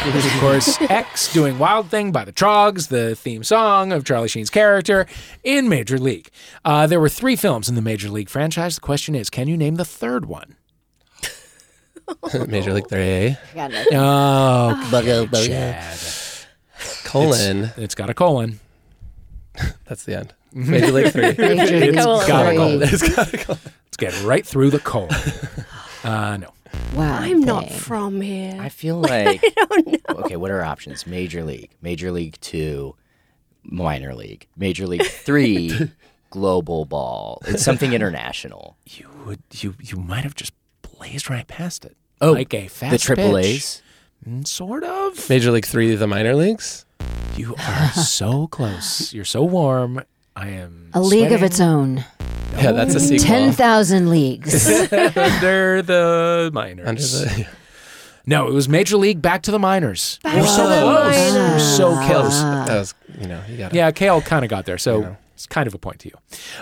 It was, of course, X doing Wild Thing by the Trogs, the theme song of Charlie Sheen's character in Major League. Uh, there were three films in the Major League franchise. The question is, can you name the third one?
Major League 3A.
Yeah, no.
Oh,
Bugger, bugger.
Chad.
Colon.
It's got a colon.
That's the end. Major League 3.
Major League
It's got a colon.
Three.
It's getting right through the colon. Uh, no.
Wow.
I'm not
dang.
from here.
I feel like Okay, what are options? Major League, Major League 2, Minor League, Major League 3, Global Ball. It's something international.
You would you you might have just blazed right past it.
Oh,
like a fast
the triple
pitch.
A's.
Mm, Sort of.
Major League 3, the minor leagues.
You are so close. You're so warm. I am
A league of
sweating.
its own.
Yeah, that's a sequel.
Ten thousand leagues.
under the minors.
Under the,
no, it was Major League back to the minors.
Back
We're
to
so
the
close. We're
minors.
so close.
that was, you know, you got it.
Yeah, Kale kind of got there, so it's kind of a point to you.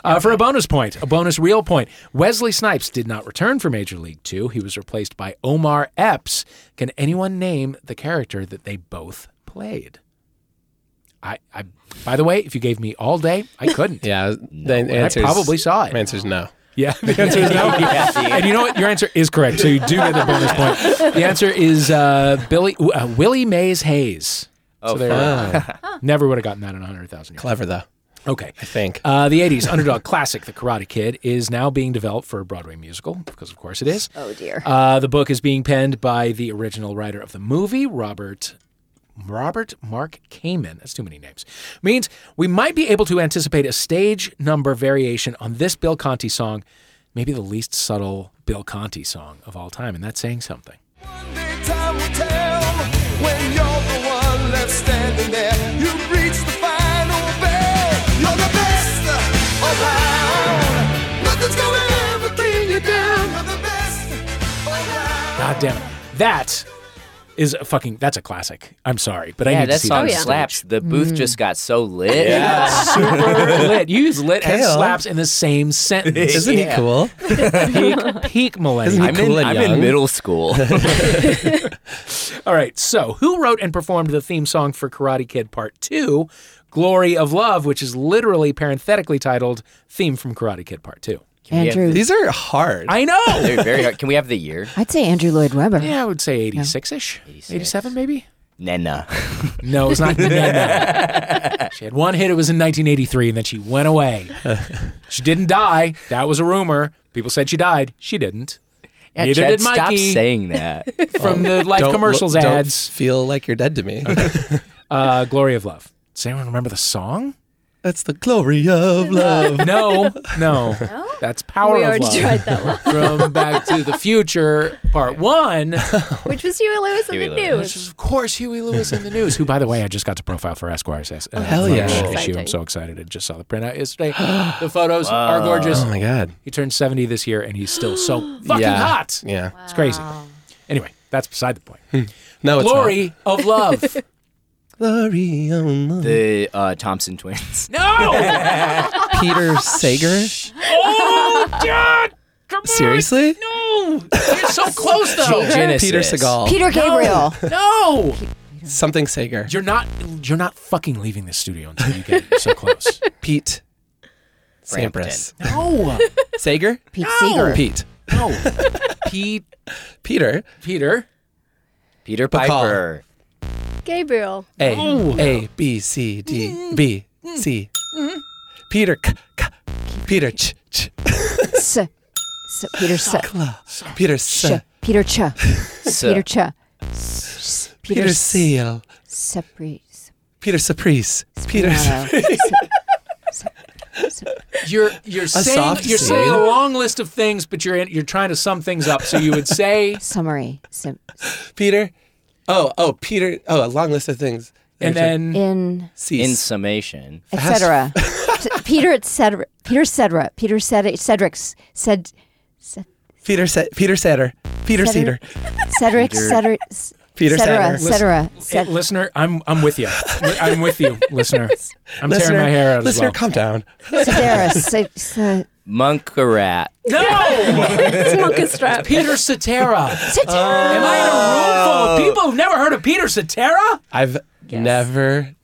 Uh, for a bonus point, a bonus real point, Wesley Snipes did not return for Major League Two. He was replaced by Omar Epps. Can anyone name the character that they both played? I, I by the way, if you gave me all day, I couldn't.
Yeah, the
I
answer's-
probably saw it.
My answer's no.
Yeah, the answer is no. And you know what? Your answer is correct. So you do get the bonus point. The answer is uh, Billy uh, Willie Mays Hayes.
Oh,
they were- never would have gotten that in 100,000 years.
Clever, though,
Okay.
I think.
Uh, the 80s underdog classic, The Karate Kid, is now being developed for a Broadway musical, because of course it is.
oh dear.
Uh, the book is being penned by the original writer of the movie, Robert. Robert Mark Kamen, that's too many names, means we might be able to anticipate a stage number variation on this Bill Conti song, maybe the least subtle Bill Conti song of all time, and that's saying something. God damn it. That is a fucking, that's a classic. I'm sorry, but I
Yeah,
need to
that
see
song
that. on
yeah.
stage.
slaps. The booth just got so lit.
Super lit. You use lit and
Kale.
slaps in the same sentence.
Isn't he cool?
peak, peak millennial.
Isn't
I'm,
he cool
in,
and
I'm in
young?
middle school.
All right, so who wrote and performed the theme song for Karate Kid Part 2, Glory of Love, which is literally parenthetically titled Theme from Karate Kid Part 2?
Andrew.
These are hard.
I know.
They're very hard. Can we have the year?
I'd say Andrew Lloyd Webber.
Yeah, I would say 86 ish. 87, maybe?
Nena.
No, it's not Nena. she had one hit, it was in 1983, and then she went away. she didn't die. That was a rumor. People said she died. She didn't.
Yeah,
Neither
Chad,
did Mikey.
Stop saying that.
From the life
Don't look-
commercials
don't
ads.
feel like you're dead to me.
Uh, Glory of Love. Does anyone remember the song?
That's the glory of love.
Uh, No, no. That's Power
We
of
already
Love.
tried that one.
From Back to the Future, Part One.
Which was Huey Lewis in
Huey
the
Lewis.
Which is,
news.
of course, Huey Lewis in the news. Who, by the way, I just got to profile for Esquire's uh,
hell yeah.
Lunch
Cool.
issue. I'm
Exciting.
so excited. I just saw the printout yesterday. the photos are gorgeous.
Oh my god.
He turned 70 this year, and he's still so fucking
yeah.
hot.
Yeah.
It's crazy. Anyway, that's beside the point.
No, it's
Glory of love.
not. Glory of love.
the uh, Thompson twins.
no.
Peter Sager.
Oh, God. Come on.
Seriously?
No. You're so close though.
Genesis.
Peter Segal.
Peter Gabriel.
No.
Something Sager.
You're not. You're not fucking leaving this studio until you get so close.
Pete
Frampton.
Sampras.
No.
Sager?
Pete Seeger.
Pete.
No. Pete.
Peter.
Peter.
Peter
Bacall.
Piper.
Gabriel.
A.
Oh.
A. B. C. D. B. C. Peter. K, K, Peter. Ch, ch,
S- S- Peter S.
cla. Peter. S,
Ch- Peter Ch. Peter Ch.
Peter Seal.
Sepris.
Peter Saprise. Peter.
You're you're saying
soft
you're
C.
saying a long list of things, but you're in, you're trying to sum things up. So you would say,
Summary. Sim-
Mm. Peter. Oh, oh, Peter. Oh, a long list of things.
and then
in
Cease.
In summation.
etc. Peter etc. Peter Cedra. Peter Ced- Cedric's said
Peter. Se- Peter Satter. Peter
Satter.
Cedar.
Cedric Cedric
Peter
Cedra
Satter.
Cedra.
Hey, listener, I'm I'm with you. Li- I'm with you, listener. I'm
Listener,
tearing my hair out
listener,
as well.
calm down.
Cedera.
Monkarat.
no,
It's Monka Strap.
Peter Cetera.
Uh,
Am I in a room full of people who've never heard of Peter Cetera?
I've never.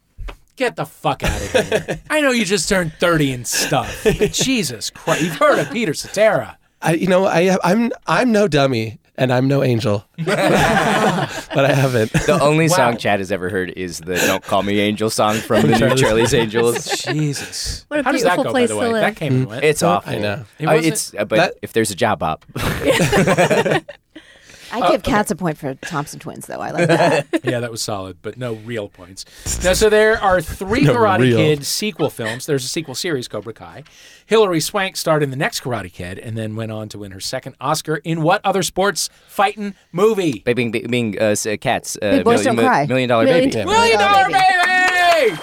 Get the fuck out of here. I know you just turned 30 and stuff, but Jesus Christ, you've heard of Peter Cetera.
I, you know, I, I'm, I'm no dummy, and I'm no angel, but I haven't.
The only
Wow.
song Chad has ever heard is the "Don't Call Me Angel" song from the new Charlie's Angels.
Jesus.
What a
How does that
beautiful
go, by
place
the
to
way?
live.
That came and went.
Mm.
It's awful.
I know.
It
Uh,
wasn't-
it's uh, but
that-
if there's a job up,
uh,
I give cats a point for Thompson twins though. I like that.
Yeah, that was solid, but no real points. Now, so there are three
No
Karate
real.
Kid sequel films. There's a sequel series, Cobra Kai. Hilary Swank starred in the next Karate Kid and then went on to win her second Oscar in what other sports fighting movie?
Bing, bing, bing, bing, uh, s- uh, cats, uh,
Big Boys
million,
Don't Cry.
million dollar
Million
baby.
Dollar
Million
Dollar
Dollar Baby!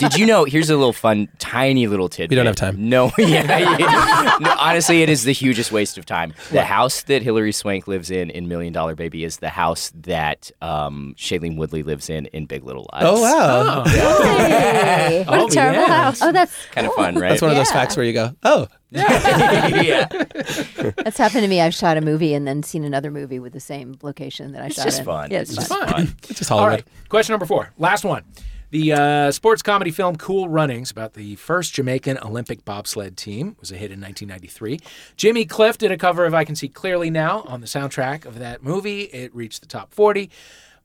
Did you know? Here's a little fun, tiny little tidbit.
We don't have time.
No, yeah, yeah. No, honestly, it is the hugest waste of time. The house that Hilary Swank lives in in Million Dollar Baby is the house that um, Shailene Woodley lives in in Big Little Lies.
Oh wow,
Hey.
What a terrible
yeah.
house.
Oh, that's
kind of fun, right?
that's one of those
Yeah.
facts where you go, oh,
yeah.
that's happened to me. I've shot a movie and then seen another movie with the same location that I shot.
just
in.
fun.
Yeah, it's,
It's
fun.
just
Fine.
it's just
All
Hollywood.
right. Question number four. Last one. The uh, sports comedy film Cool Runnings about the first Jamaican Olympic bobsled team was a hit in 1993. Jimmy Cliff did a cover of I Can See Clearly Now on the soundtrack of that movie. It reached the top 40.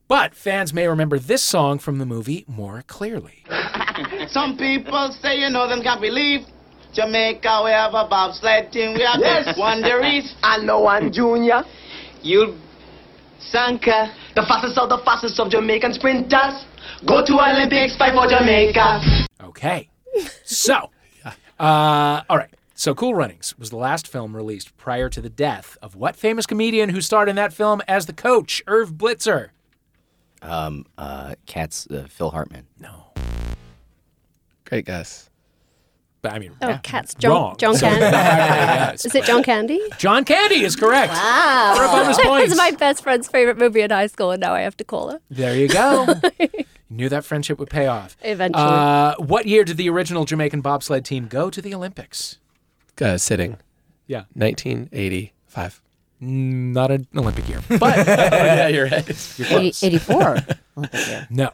But fans may remember this song from the movie more clearly.
Some people say you know them can't believe. Jamaica, we have a bobsled team. We have yes. Wanderies. I know one junior. You Sanka. The fastest of the fastest of Jamaican sprinters. Go to Olympics, fight for Jamaica.
Okay. So, uh, all right. So, Cool Runnings was the last film released prior to the death of what famous comedian who starred in that film as the coach, Irv Blitzer?
Um, uh, cats, uh, Phil Hartman.
No.
Great guess.
But I mean,
Oh,
yeah,
cats.
wrong.
John, John
So-
Candy.
Yes.
Is it John Candy?
John Candy is correct. Wow. For a bonus
That's
points.
my best friend's favorite movie in high school, and now I have to call her.
There you go. you knew that friendship would pay off.
Eventually.
Uh, what year did the original Jamaican bobsled team go to the Olympics?
Uh, sitting,
Yeah.
1985.
Not an Olympic year. But
yeah, you're right.
you're
Eighty-
close.
84 Olympic year.
No.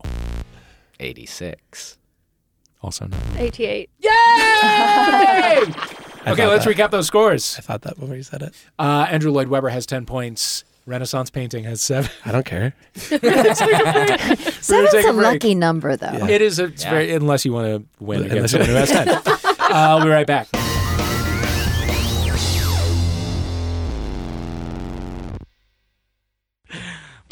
86.
Also not.
88.
Yay! okay,
thought
let's
that-
recap those scores. I
thought that before you said it.
Uh, Andrew Lloyd Webber has 10 points. Renaissance Painting has seven.
I don't care.
We're gonna take
Seven's
a
a
break.
lucky number, though.
It is. A, it's
Yeah.
very unless you want to win against
Unless
someone
you
who has
wanna
ten. uh, we'll be right back.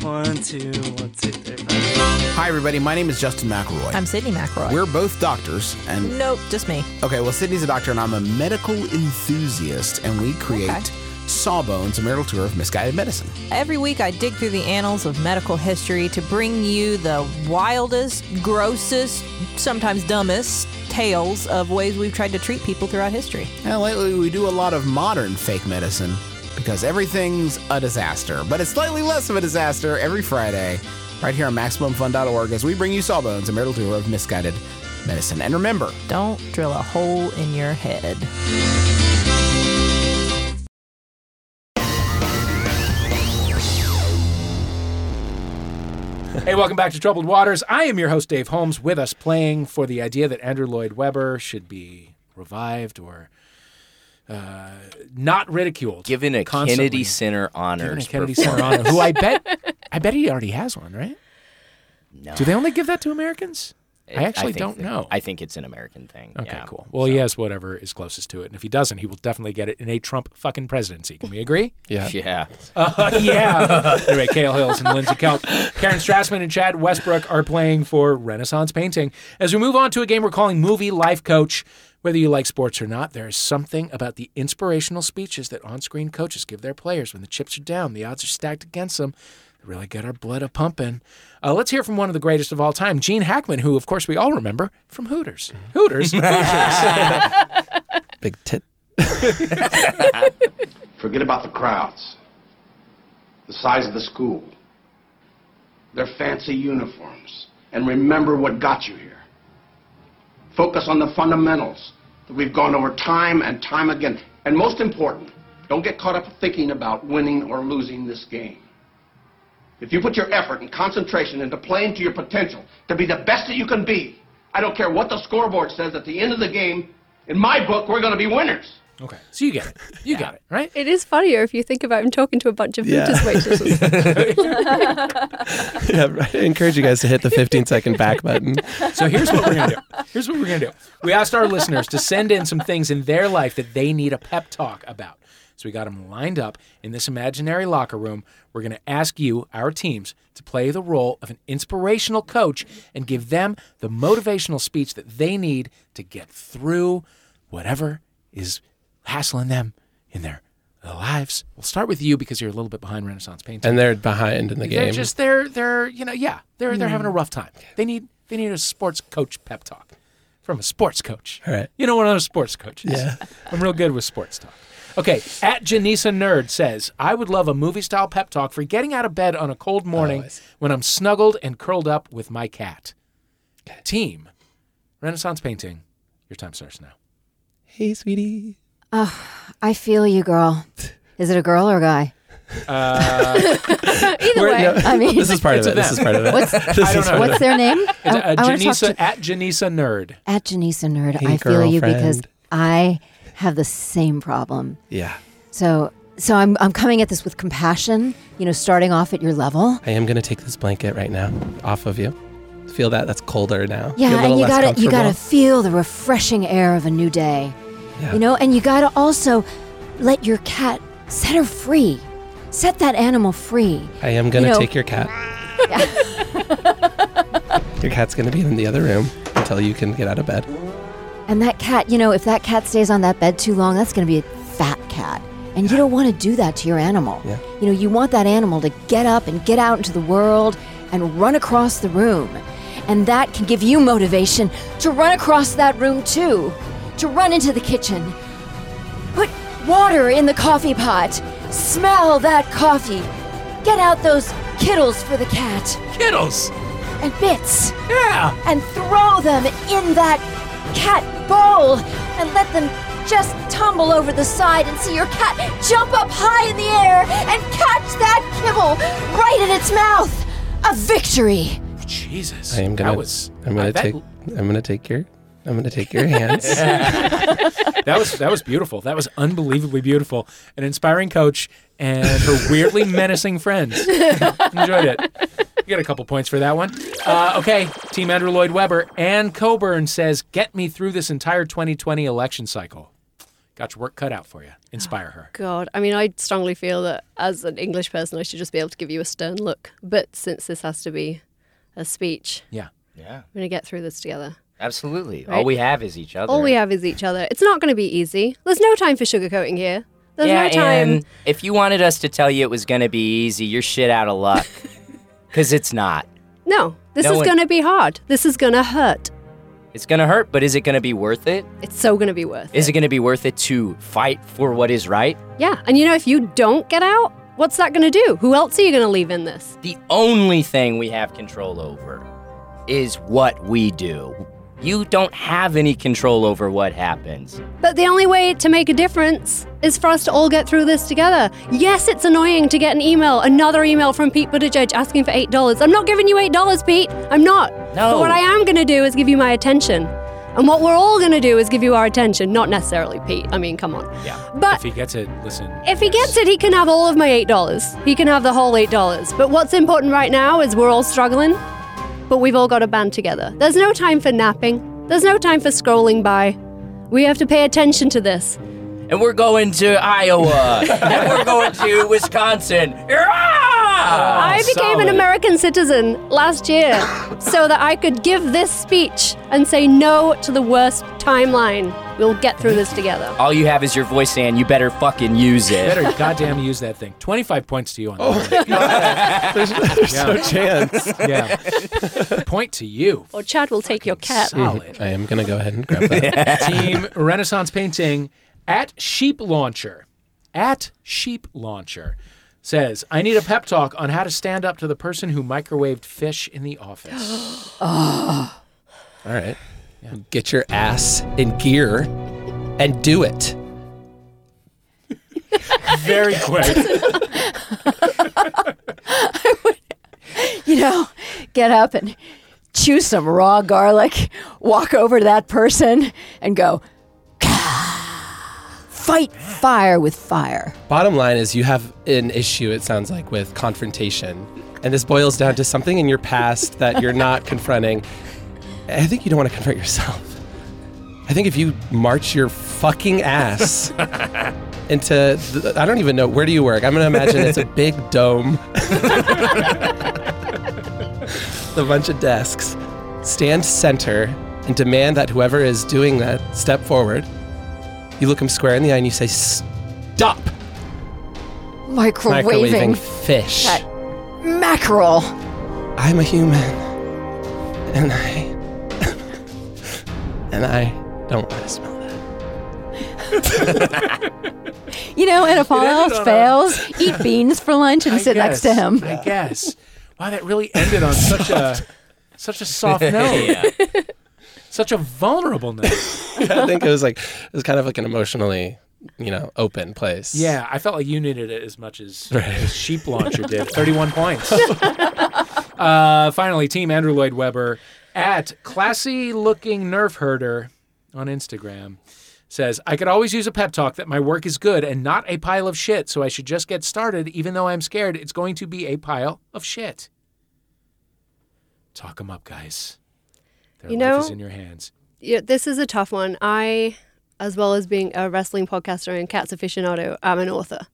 One, two, one, two, three, four. Hi, everybody. My name is Justin McElroy.
I'm Sydney McElroy.
We're both doctors, and
Nope, just me.
okay, well, Sydney's a doctor, and I'm a medical enthusiast, and we create
Okay.
Sawbones, a marital tour of misguided medicine.
Every week, I dig through the annals of medical history to bring you the wildest, grossest, sometimes dumbest tales of ways we've tried to treat people throughout history.
Now, lately, we do a lot of modern fake medicine because everything's a disaster, but it's slightly less of a disaster every Friday, right here on MaximumFun.org, as we bring you Sawbones, a marital tour of misguided medicine. And remember,
don't drill a hole in your head.
hey, welcome back to Troubled Waters. I am your host Dave Holmes. With us playing for the idea that Andrew Lloyd Webber should be revived or uh, not ridiculed,
given a
constantly.
Kennedy Center honors.
Given a Kennedy Center honor,
performance.
who I bet, I bet he already has one, right?
No.
Do they only give that to Americans?
It-
I actually
think
don't
that-
know.
I think it's an American thing.
Okay,
yeah.
cool. Well, he has whatever is closest to it, and if he doesn't, he will definitely get it in a Trump fucking presidency. Can we agree?
Yeah. Yeah.
Uh, yeah. anyway, Kale Hills and Lindsay Kelp, Karen Strassman and Chad Westbrook are playing for Renaissance Painting. As we move on to a game we're calling Movie Life Coach. Whether you like sports or not, there is something about the inspirational speeches that on-screen coaches give their players when the chips are down, the odds are stacked against them. They Really get our blood a pumping. Uh, let's hear from one of the greatest of all time, Gene Hackman, who, of course, we all remember from Hooters. Hooters. Hooters.
Big tit.
Forget about the crowds, the size of the school, their fancy uniforms, and remember what got you here. Focus on the fundamentals that we've gone over time and time again. And most important, don't get caught up thinking about winning or losing this game. If you put your effort and concentration into playing to your potential to be the best that you can be, I don't care what the scoreboard says at the end of the game, in my book, we're going to be winners.
Okay. So you get it. You got it, right?
It is funnier if you think about him talking to a bunch of Hooters waitresses.
yeah, right. I encourage you guys to hit the 15 second back button.
So here's what we're gonna do. Here's what we're gonna do. We asked our listeners to send in some things in their life that they need a pep talk about. So we got them lined up in this imaginary locker room. We're gonna ask you, our teams, to play the role of an inspirational coach and give them the motivational speech that they need to get through whatever is hassling them in their lives. We'll start with you because you're a little bit behind Renaissance painting.
And they're behind in the
they're
game.
just they're they're you know yeah they're they're
Mm.
having a rough time. They need they need a sports coach pep talk from a sports coach.
All right.
You know what I'm a sports coach. Is.
Yeah.
I'm real good with sports talk. Okay, at Janisa Nerd says, I would love a movie style pep talk for getting out of bed on a cold
Oh,
morning when I'm snuggled and curled up with my cat. Team, Renaissance Painting, your time starts
Oh,
now.
Hey, sweetie.
Oh, I feel you, girl. Is it a girl or a guy?
Uh,
Either
We're-
way,
no,
I mean,
this is part of
it, this is part of it.
What's,
This is
I don't know.
what's their name?
It's,
I-
uh,
I wanna talk
Janisa,
to-
at Janisa Nerd.
At Janisa Nerd,
Hey,
I feel you because
girlfriend.
I have the same problem.
Yeah.
So, so I'm I'm coming at this with compassion. You know, starting off at your level.
I am going to take this blanket right now off of you. Feel that? That's colder now. You're a
Yeah,
little
and you
less
gotta you gotta
comfortable.
feel the refreshing air of a new day.
Yeah.
You know, and you gotta also let your cat set her free. Set that animal free.
I am going to
you know-
take your cat. your cat's going to be in the other room until you can get out of bed.
And that cat, you know, if that cat stays on that bed too long, that's going to be a fat cat. And you don't want to do that to your animal.
Yeah.
You know, you want that animal to get up and get out into the world and run across the room. And that can give you motivation to run across that room too, to run into the kitchen, put water in the coffee pot, smell that coffee, get out those kittles for the cat
Kittles!
and bits.
Yeah.
And throw them in that cat bowl and let them just tumble over the side and see your cat jump up high in the air and catch that kibble right in its mouth. A victory.
Jesus.
I am going
That
to
was.
I'm going
I
to
bet-
take I'm going to take your I'm going to take your hands.
that was that was beautiful. That was unbelievably beautiful. An inspiring coach and her weirdly menacing friends. Enjoyed it. You got a couple points for that one. Uh, okay, Team Andrew Lloyd Webber and Coburn says, "Get me through this entire 2020 election cycle." Got your work cut out for you. Inspire her.
God, I mean, I strongly feel that as an English person, I should just be able to give you a stern look. But since this has to be a speech,
Yeah.
Yeah.
we're going to get through this together.
Absolutely.
Right.
All we have is each other.
All we have is each other. It's not going to be easy. There's no time for sugarcoating here. There's
yeah,
no time.
and if you wanted us to tell you it was going to be easy, you're shit out of luck. Because it's not.
No, this
No
is
one-
going to be hard. This is going to hurt.
It's going to hurt, but is it going to be worth it?
It's so going to be worth it.
Is it going to be worth it to fight for what is right?
Yeah, and you know, if you don't get out, what's that going to do? Who else are you going to leave in this?
The only thing we have control over is what we do. You don't have any control over what happens.
But the only way to make a difference is for us to all get through this together. Yes, it's annoying to get an email, another email from Pete Buttigieg asking for $8. I'm not giving you $8, Pete. I'm not.
No.
But what I am going to do is give you my attention. And what we're all going to do is give you our attention. Not necessarily Pete. I mean, come on.
Yeah.
But-
if he gets it, listen.
If he gets it, he can have all of my $8. He can have the whole $8. But what's important right now is we're all struggling, but we've all got to band together. There's no time for napping, there's no time for scrolling by. We have to pay attention to this.
And we're going to Iowa. and we're going to Wisconsin. Ah,
I became an American citizen last year so that I could give this speech and say no to the worst timeline. We'll get through this together.
All you have is your voice, and you better fucking use it.
Better goddamn use that thing. 25 points to you on that. one.
Oh. There's, there's
Yeah.
no chance.
Yeah. Point to you.
Or Chad will take your cap.
Solid.
I am going to go ahead and grab that.
Team Renaissance Painting at Sheep Launcher. At Sheep Launcher says, I need a pep talk on how to stand up to the person who microwaved fish in the office.
All right. Get your ass in gear and do it.
Very quick.
you know, get up and chew some raw garlic, walk over to that person and go, fight fire with fire.
Bottom line is, you have an issue, it sounds like, with confrontation. And this boils down to something in your past that you're not confronting. I think you don't want to confront yourself. I think if you march your fucking ass into, the, I don't even know, where do you work? I'm going to imagine it's a big dome, a bunch of desks. Stand center and demand that whoever is doing that step forward. You look them square in the eye and you say, Stop!
Microwaving,
Microwaving fish.
that mackerel.
I'm a human, and I and I don't want to smell that.
You know, and if all
It ended
else
on a-
fails, eat beans for lunch and
I
sit next to
guess,
him.
I guess. Wow, that really ended on such a such a soft note. Such a vulnerable note.
I think it was like it was kind of like an emotionally, you know, open place.
Yeah, I felt like you needed it as much as,
Right.
as Sheep Launcher did. 31 points. uh, finally, Team Andrew Lloyd Webber at classy looking nerf herder on Instagram says, I could always use a pep talk that my work is good and not a pile of shit, so I should just get started, even though I'm scared it's going to be a pile of shit. Talk 'em up, guys. Their
You
life
know-
is in your hands.
yeah, this is a tough one. I, as well as being a wrestling podcaster and cats aficionado, I'm an author.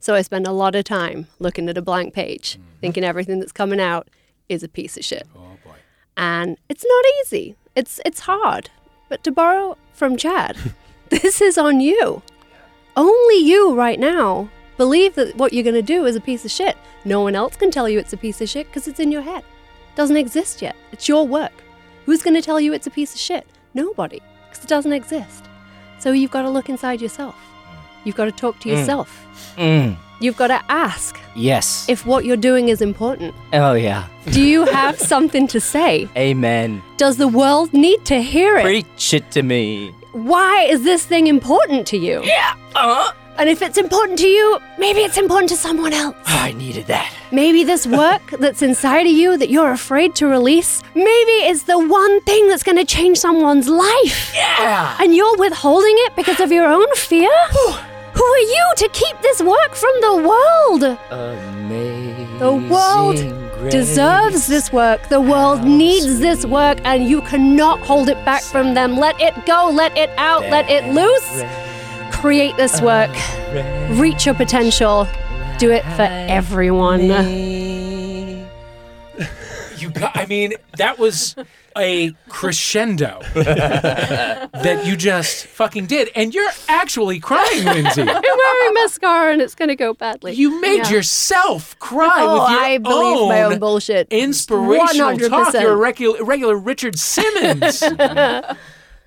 So I spend a lot of time looking at a blank page, thinking everything that's coming out is a piece of shit. Mm-hmm. Oh boy. And it's not easy. It's it's hard. But to borrow from Chad, this is on you. Only you right now believe that what you're going to do is a piece of shit. No one else can tell you it's a piece of shit because it's in your head. Doesn't exist yet. It's your work. Who's going to tell you it's a piece of shit? Nobody, because it doesn't exist. So you've got to look inside yourself. You've got to talk to
Mm.
yourself.
Mm.
You've got to ask
Yes.
if what you're doing is important.
Oh yeah.
Do you have something to say?
Amen.
Does the world need to hear it?
Preach it to me.
Why is this thing important to you? Yeah.
Uh-huh.
And if it's important to you, maybe it's important to someone else.
I needed that.
Maybe this work that's inside of you that you're afraid to release, maybe it's the one thing that's going to change someone's life.
Yeah.
And you're withholding it because of your own fear? Who are you to keep this work from the world?
Amazing.
The world deserves this work. The world needs this work, and you cannot hold it back from them. Let it go, let it out, let it loose. Create this work. Reach your potential. Do it for everyone.
You got, I mean, that was a crescendo that you just fucking did. And you're actually crying, Lindsay.
I'm wearing mascara and it's going to go badly.
You made yourself cry
oh,
with your
I believe my
own
own bullshit.
inspirational talk.
100%.
You're a regular, regular Richard Simmons.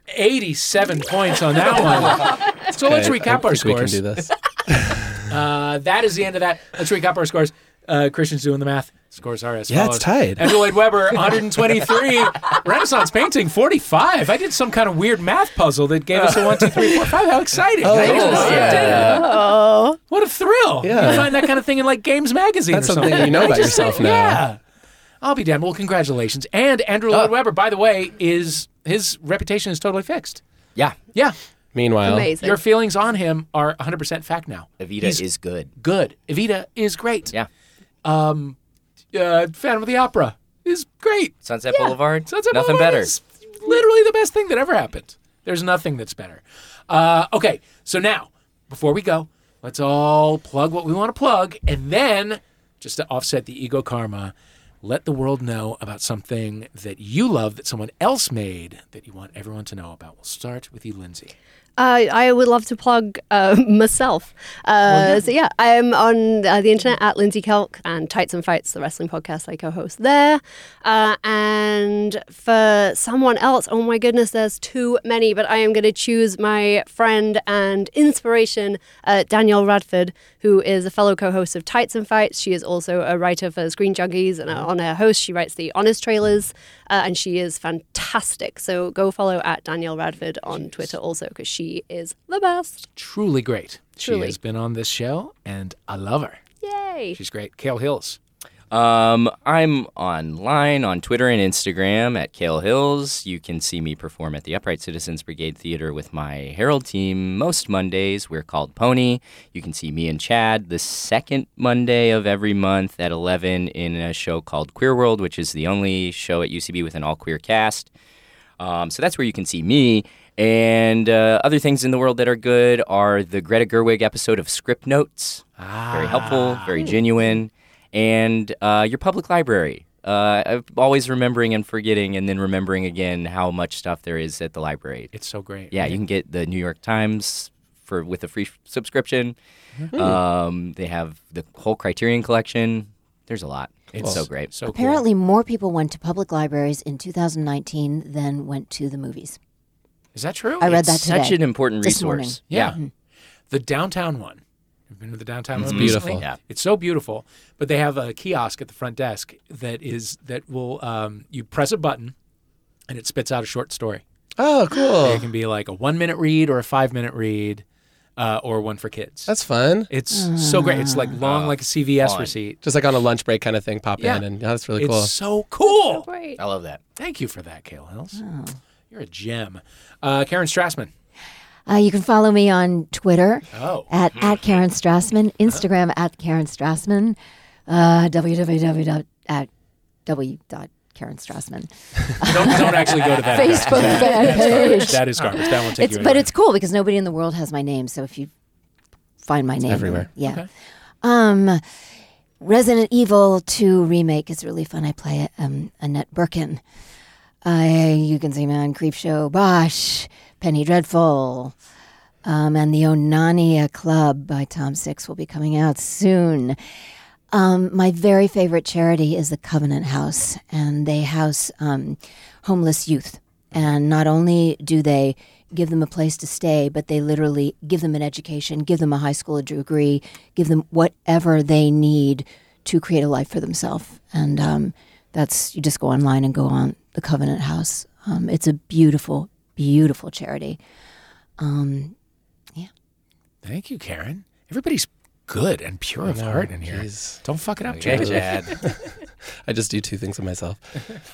87 points on that one. So let's
Okay,
recap
I
our
think We can
scores.
do this.
Uh, that is the end of that. Let's recap our scores. Uh, Christian's doing the math. Scores are as
Yeah,
follows.
it's tied.
Andrew Lloyd Webber, 123. Renaissance Painting, 45. I did some kind of weird math puzzle that gave us a 1, 2, 3, 4, 5. How exciting.
Oh,
Thank you.
yeah. Yeah.
Oh.
What a thrill.
Yeah.
You find that kind of thing in like Games Magazine
That's
or something.
something you know
I
about
just
yourself
think,
now.
Yeah. I'll be damned. Well, congratulations. And Andrew
Oh.
Lloyd Webber, by the way, is his reputation is totally fixed.
Yeah.
Yeah.
Meanwhile,
Your feelings on him are 100% fact now.
Evita
He's
is good.
good. Evita is great.
Yeah.
Um, uh, Phantom of the Opera is great.
Sunset
Yeah.
Boulevard.
Sunset
Nothing
Boulevard
better.
is literally the best thing that ever happened. There's nothing that's better. Uh, okay, so now before we go, let's all plug what we want to plug, and then just to offset the ego karma, let the world know about something that you love that someone else made that you want everyone to know about. We'll start with you, Lindsay.
Uh, I would love to plug uh, myself. Uh, So yeah, I'm on uh, the internet at Lindsay Kelk and Tights and Fights, the wrestling podcast I co-host there. Uh, and for someone else, oh my goodness, there's too many, but I am going to choose my friend and inspiration, uh, Danielle Radford, who is a fellow co-host of Tights and Fights. She is also a writer for Screen Junkies and on her host, she writes the Honest Trailers, uh, and she is fantastic. So go follow at Danielle Radford on Twitter also because she is the best.
Truly great. She
Truly.
has been on this show, and I love her.
Yay!
She's great. Kale Hills.
Um, I'm online on Twitter and Instagram at Kale Hills. You can see me perform at the Upright Citizens Brigade Theater with my Herald team most Mondays. We're called Pony. You can see me and Chad the second Monday of every month at 11 in a show called Queer World, which is the only show at UCB with an all queer cast. Um, so that's where you can see me. And uh, other things in the world that are good are the Greta Gerwig episode of Script Notes. Very helpful, very
Ah.
genuine. And uh, your public library. Uh, I'm always remembering and forgetting, and then remembering again how much stuff there is at the library.
It's so great.
Yeah, you can get the New York Times for with a free f- subscription.
Mhm.
Um, they have the whole Criterion collection. There's a lot. It's
Cool.
so great.
So
Apparently, more people went to public libraries in 2019 than went to the movies.
Is that true?
I read that
It's
today.
such an important
this morning.
resource.
Yeah. Mm-hmm.
Yeah.
The downtown one. I've been to the downtown
It's
one
beautiful.
recently.
Yeah.
It's so beautiful. But they have a kiosk at the front desk that is that will um, you press a button and it spits out a short story.
Oh,
It
cool.
can be like a one minute read or a five minute read. Uh, or one for kids.
That's Ah. fun.
It's so great. It's like long, like a CVS receipt.
Just like on a lunch break kind of thing, pop
Yeah.
in, and yeah, that's really
it's
cool.
so cool.
Great.
I love that.
Thank you for that, Kale Hills.
Oh.
You're a gem. Uh, Karen Strassman.
Uh, you can follow me on Twitter
Oh.
at, at Karen Strassman, Instagram at Karen Strassman, uh, www at w dot Karen Strassman.
Don't, don't actually go to that.
Facebook fan page.
That is garbage. That won't take you
it's, But
anywhere.
it's cool because nobody in the world has my name. So if you find my name
everywhere.
Yeah. Um, Resident Evil 2 remake is really fun. I play um, Annette Birkin. Uh, you can see me on Creepshow, Bosch, Penny Dreadful, um, and the Onania Club by Tom Six will be coming out soon. Um, my very favorite charity is the Covenant House, and they house um, homeless youth. And not only do they give them a place to stay, but they literally give them an education, give them a high school degree, give them whatever they need to create a life for themselves. And um, that's, you just go online and go on the Covenant House. Um, it's a beautiful, beautiful charity. Um,
Thank you, Karen. Everybody's good and pure of
I know,
heart in here.
jeez.
Don't fuck it up,
Okay,
Chad.
Chad. I just do two things of myself.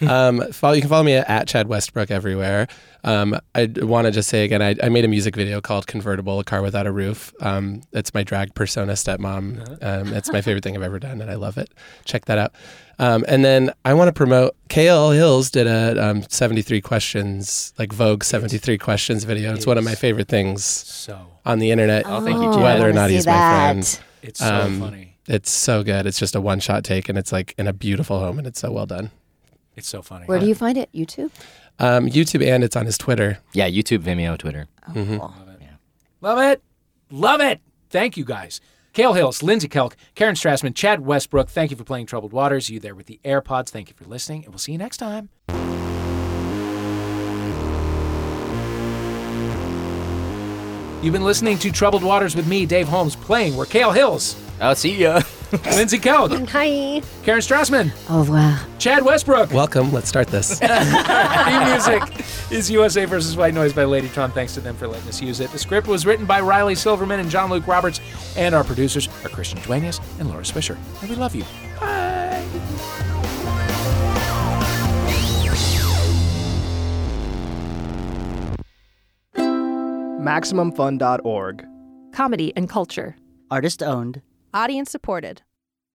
Um, follow, you can follow me at, at Chad Westbrook everywhere. Um, I want to just say again, I, I made a music video called Convertible, a car without a roof. Um, it's my drag persona stepmom.
Uh-huh.
Um, it's my favorite thing I've ever done, and I love it. Check that out. Um, and then I want to promote KL Hills did a um, 73 questions, like Vogue 73 questions video. It's one of my favorite things on the internet.
Oh, thank you, Chad.
Whether
I
or
wanna
not he's
see
my
that.
friend.
It's so funny.
It's so good. It's just a one shot take and it's like in a beautiful home and it's so well done.
It's so funny.
Where do you find it? YouTube?
Um, YouTube and it's on his Twitter.
Yeah, YouTube, Vimeo, Twitter.
Mhm.
Love it. Love it. Thank you guys. Kale Hills, Lindsay Kelk, Karen Strassman, Chad Westbrook, thank you for playing Troubled Waters. You there with the AirPods. Thank you for listening, and we'll see you next time. You've been listening to Troubled Waters with me, Dave Holmes, playing. We're Kale Hills.
Uh,
I'll see ya.
Lindsay Kelk.
Hi.
Karen Strassman.
Au revoir.
Chad Westbrook.
Welcome. Let's start this.
Theme music is USA versus White Noise by Ladytron. Thanks to them for letting us use it. The script was written by Riley Silverman and John Luke Roberts, and our producers are Christian Duenas and Laura Swisher. And we love you.
MaximumFun.org.
Comedy and culture.
Artist owned.
Audience supported.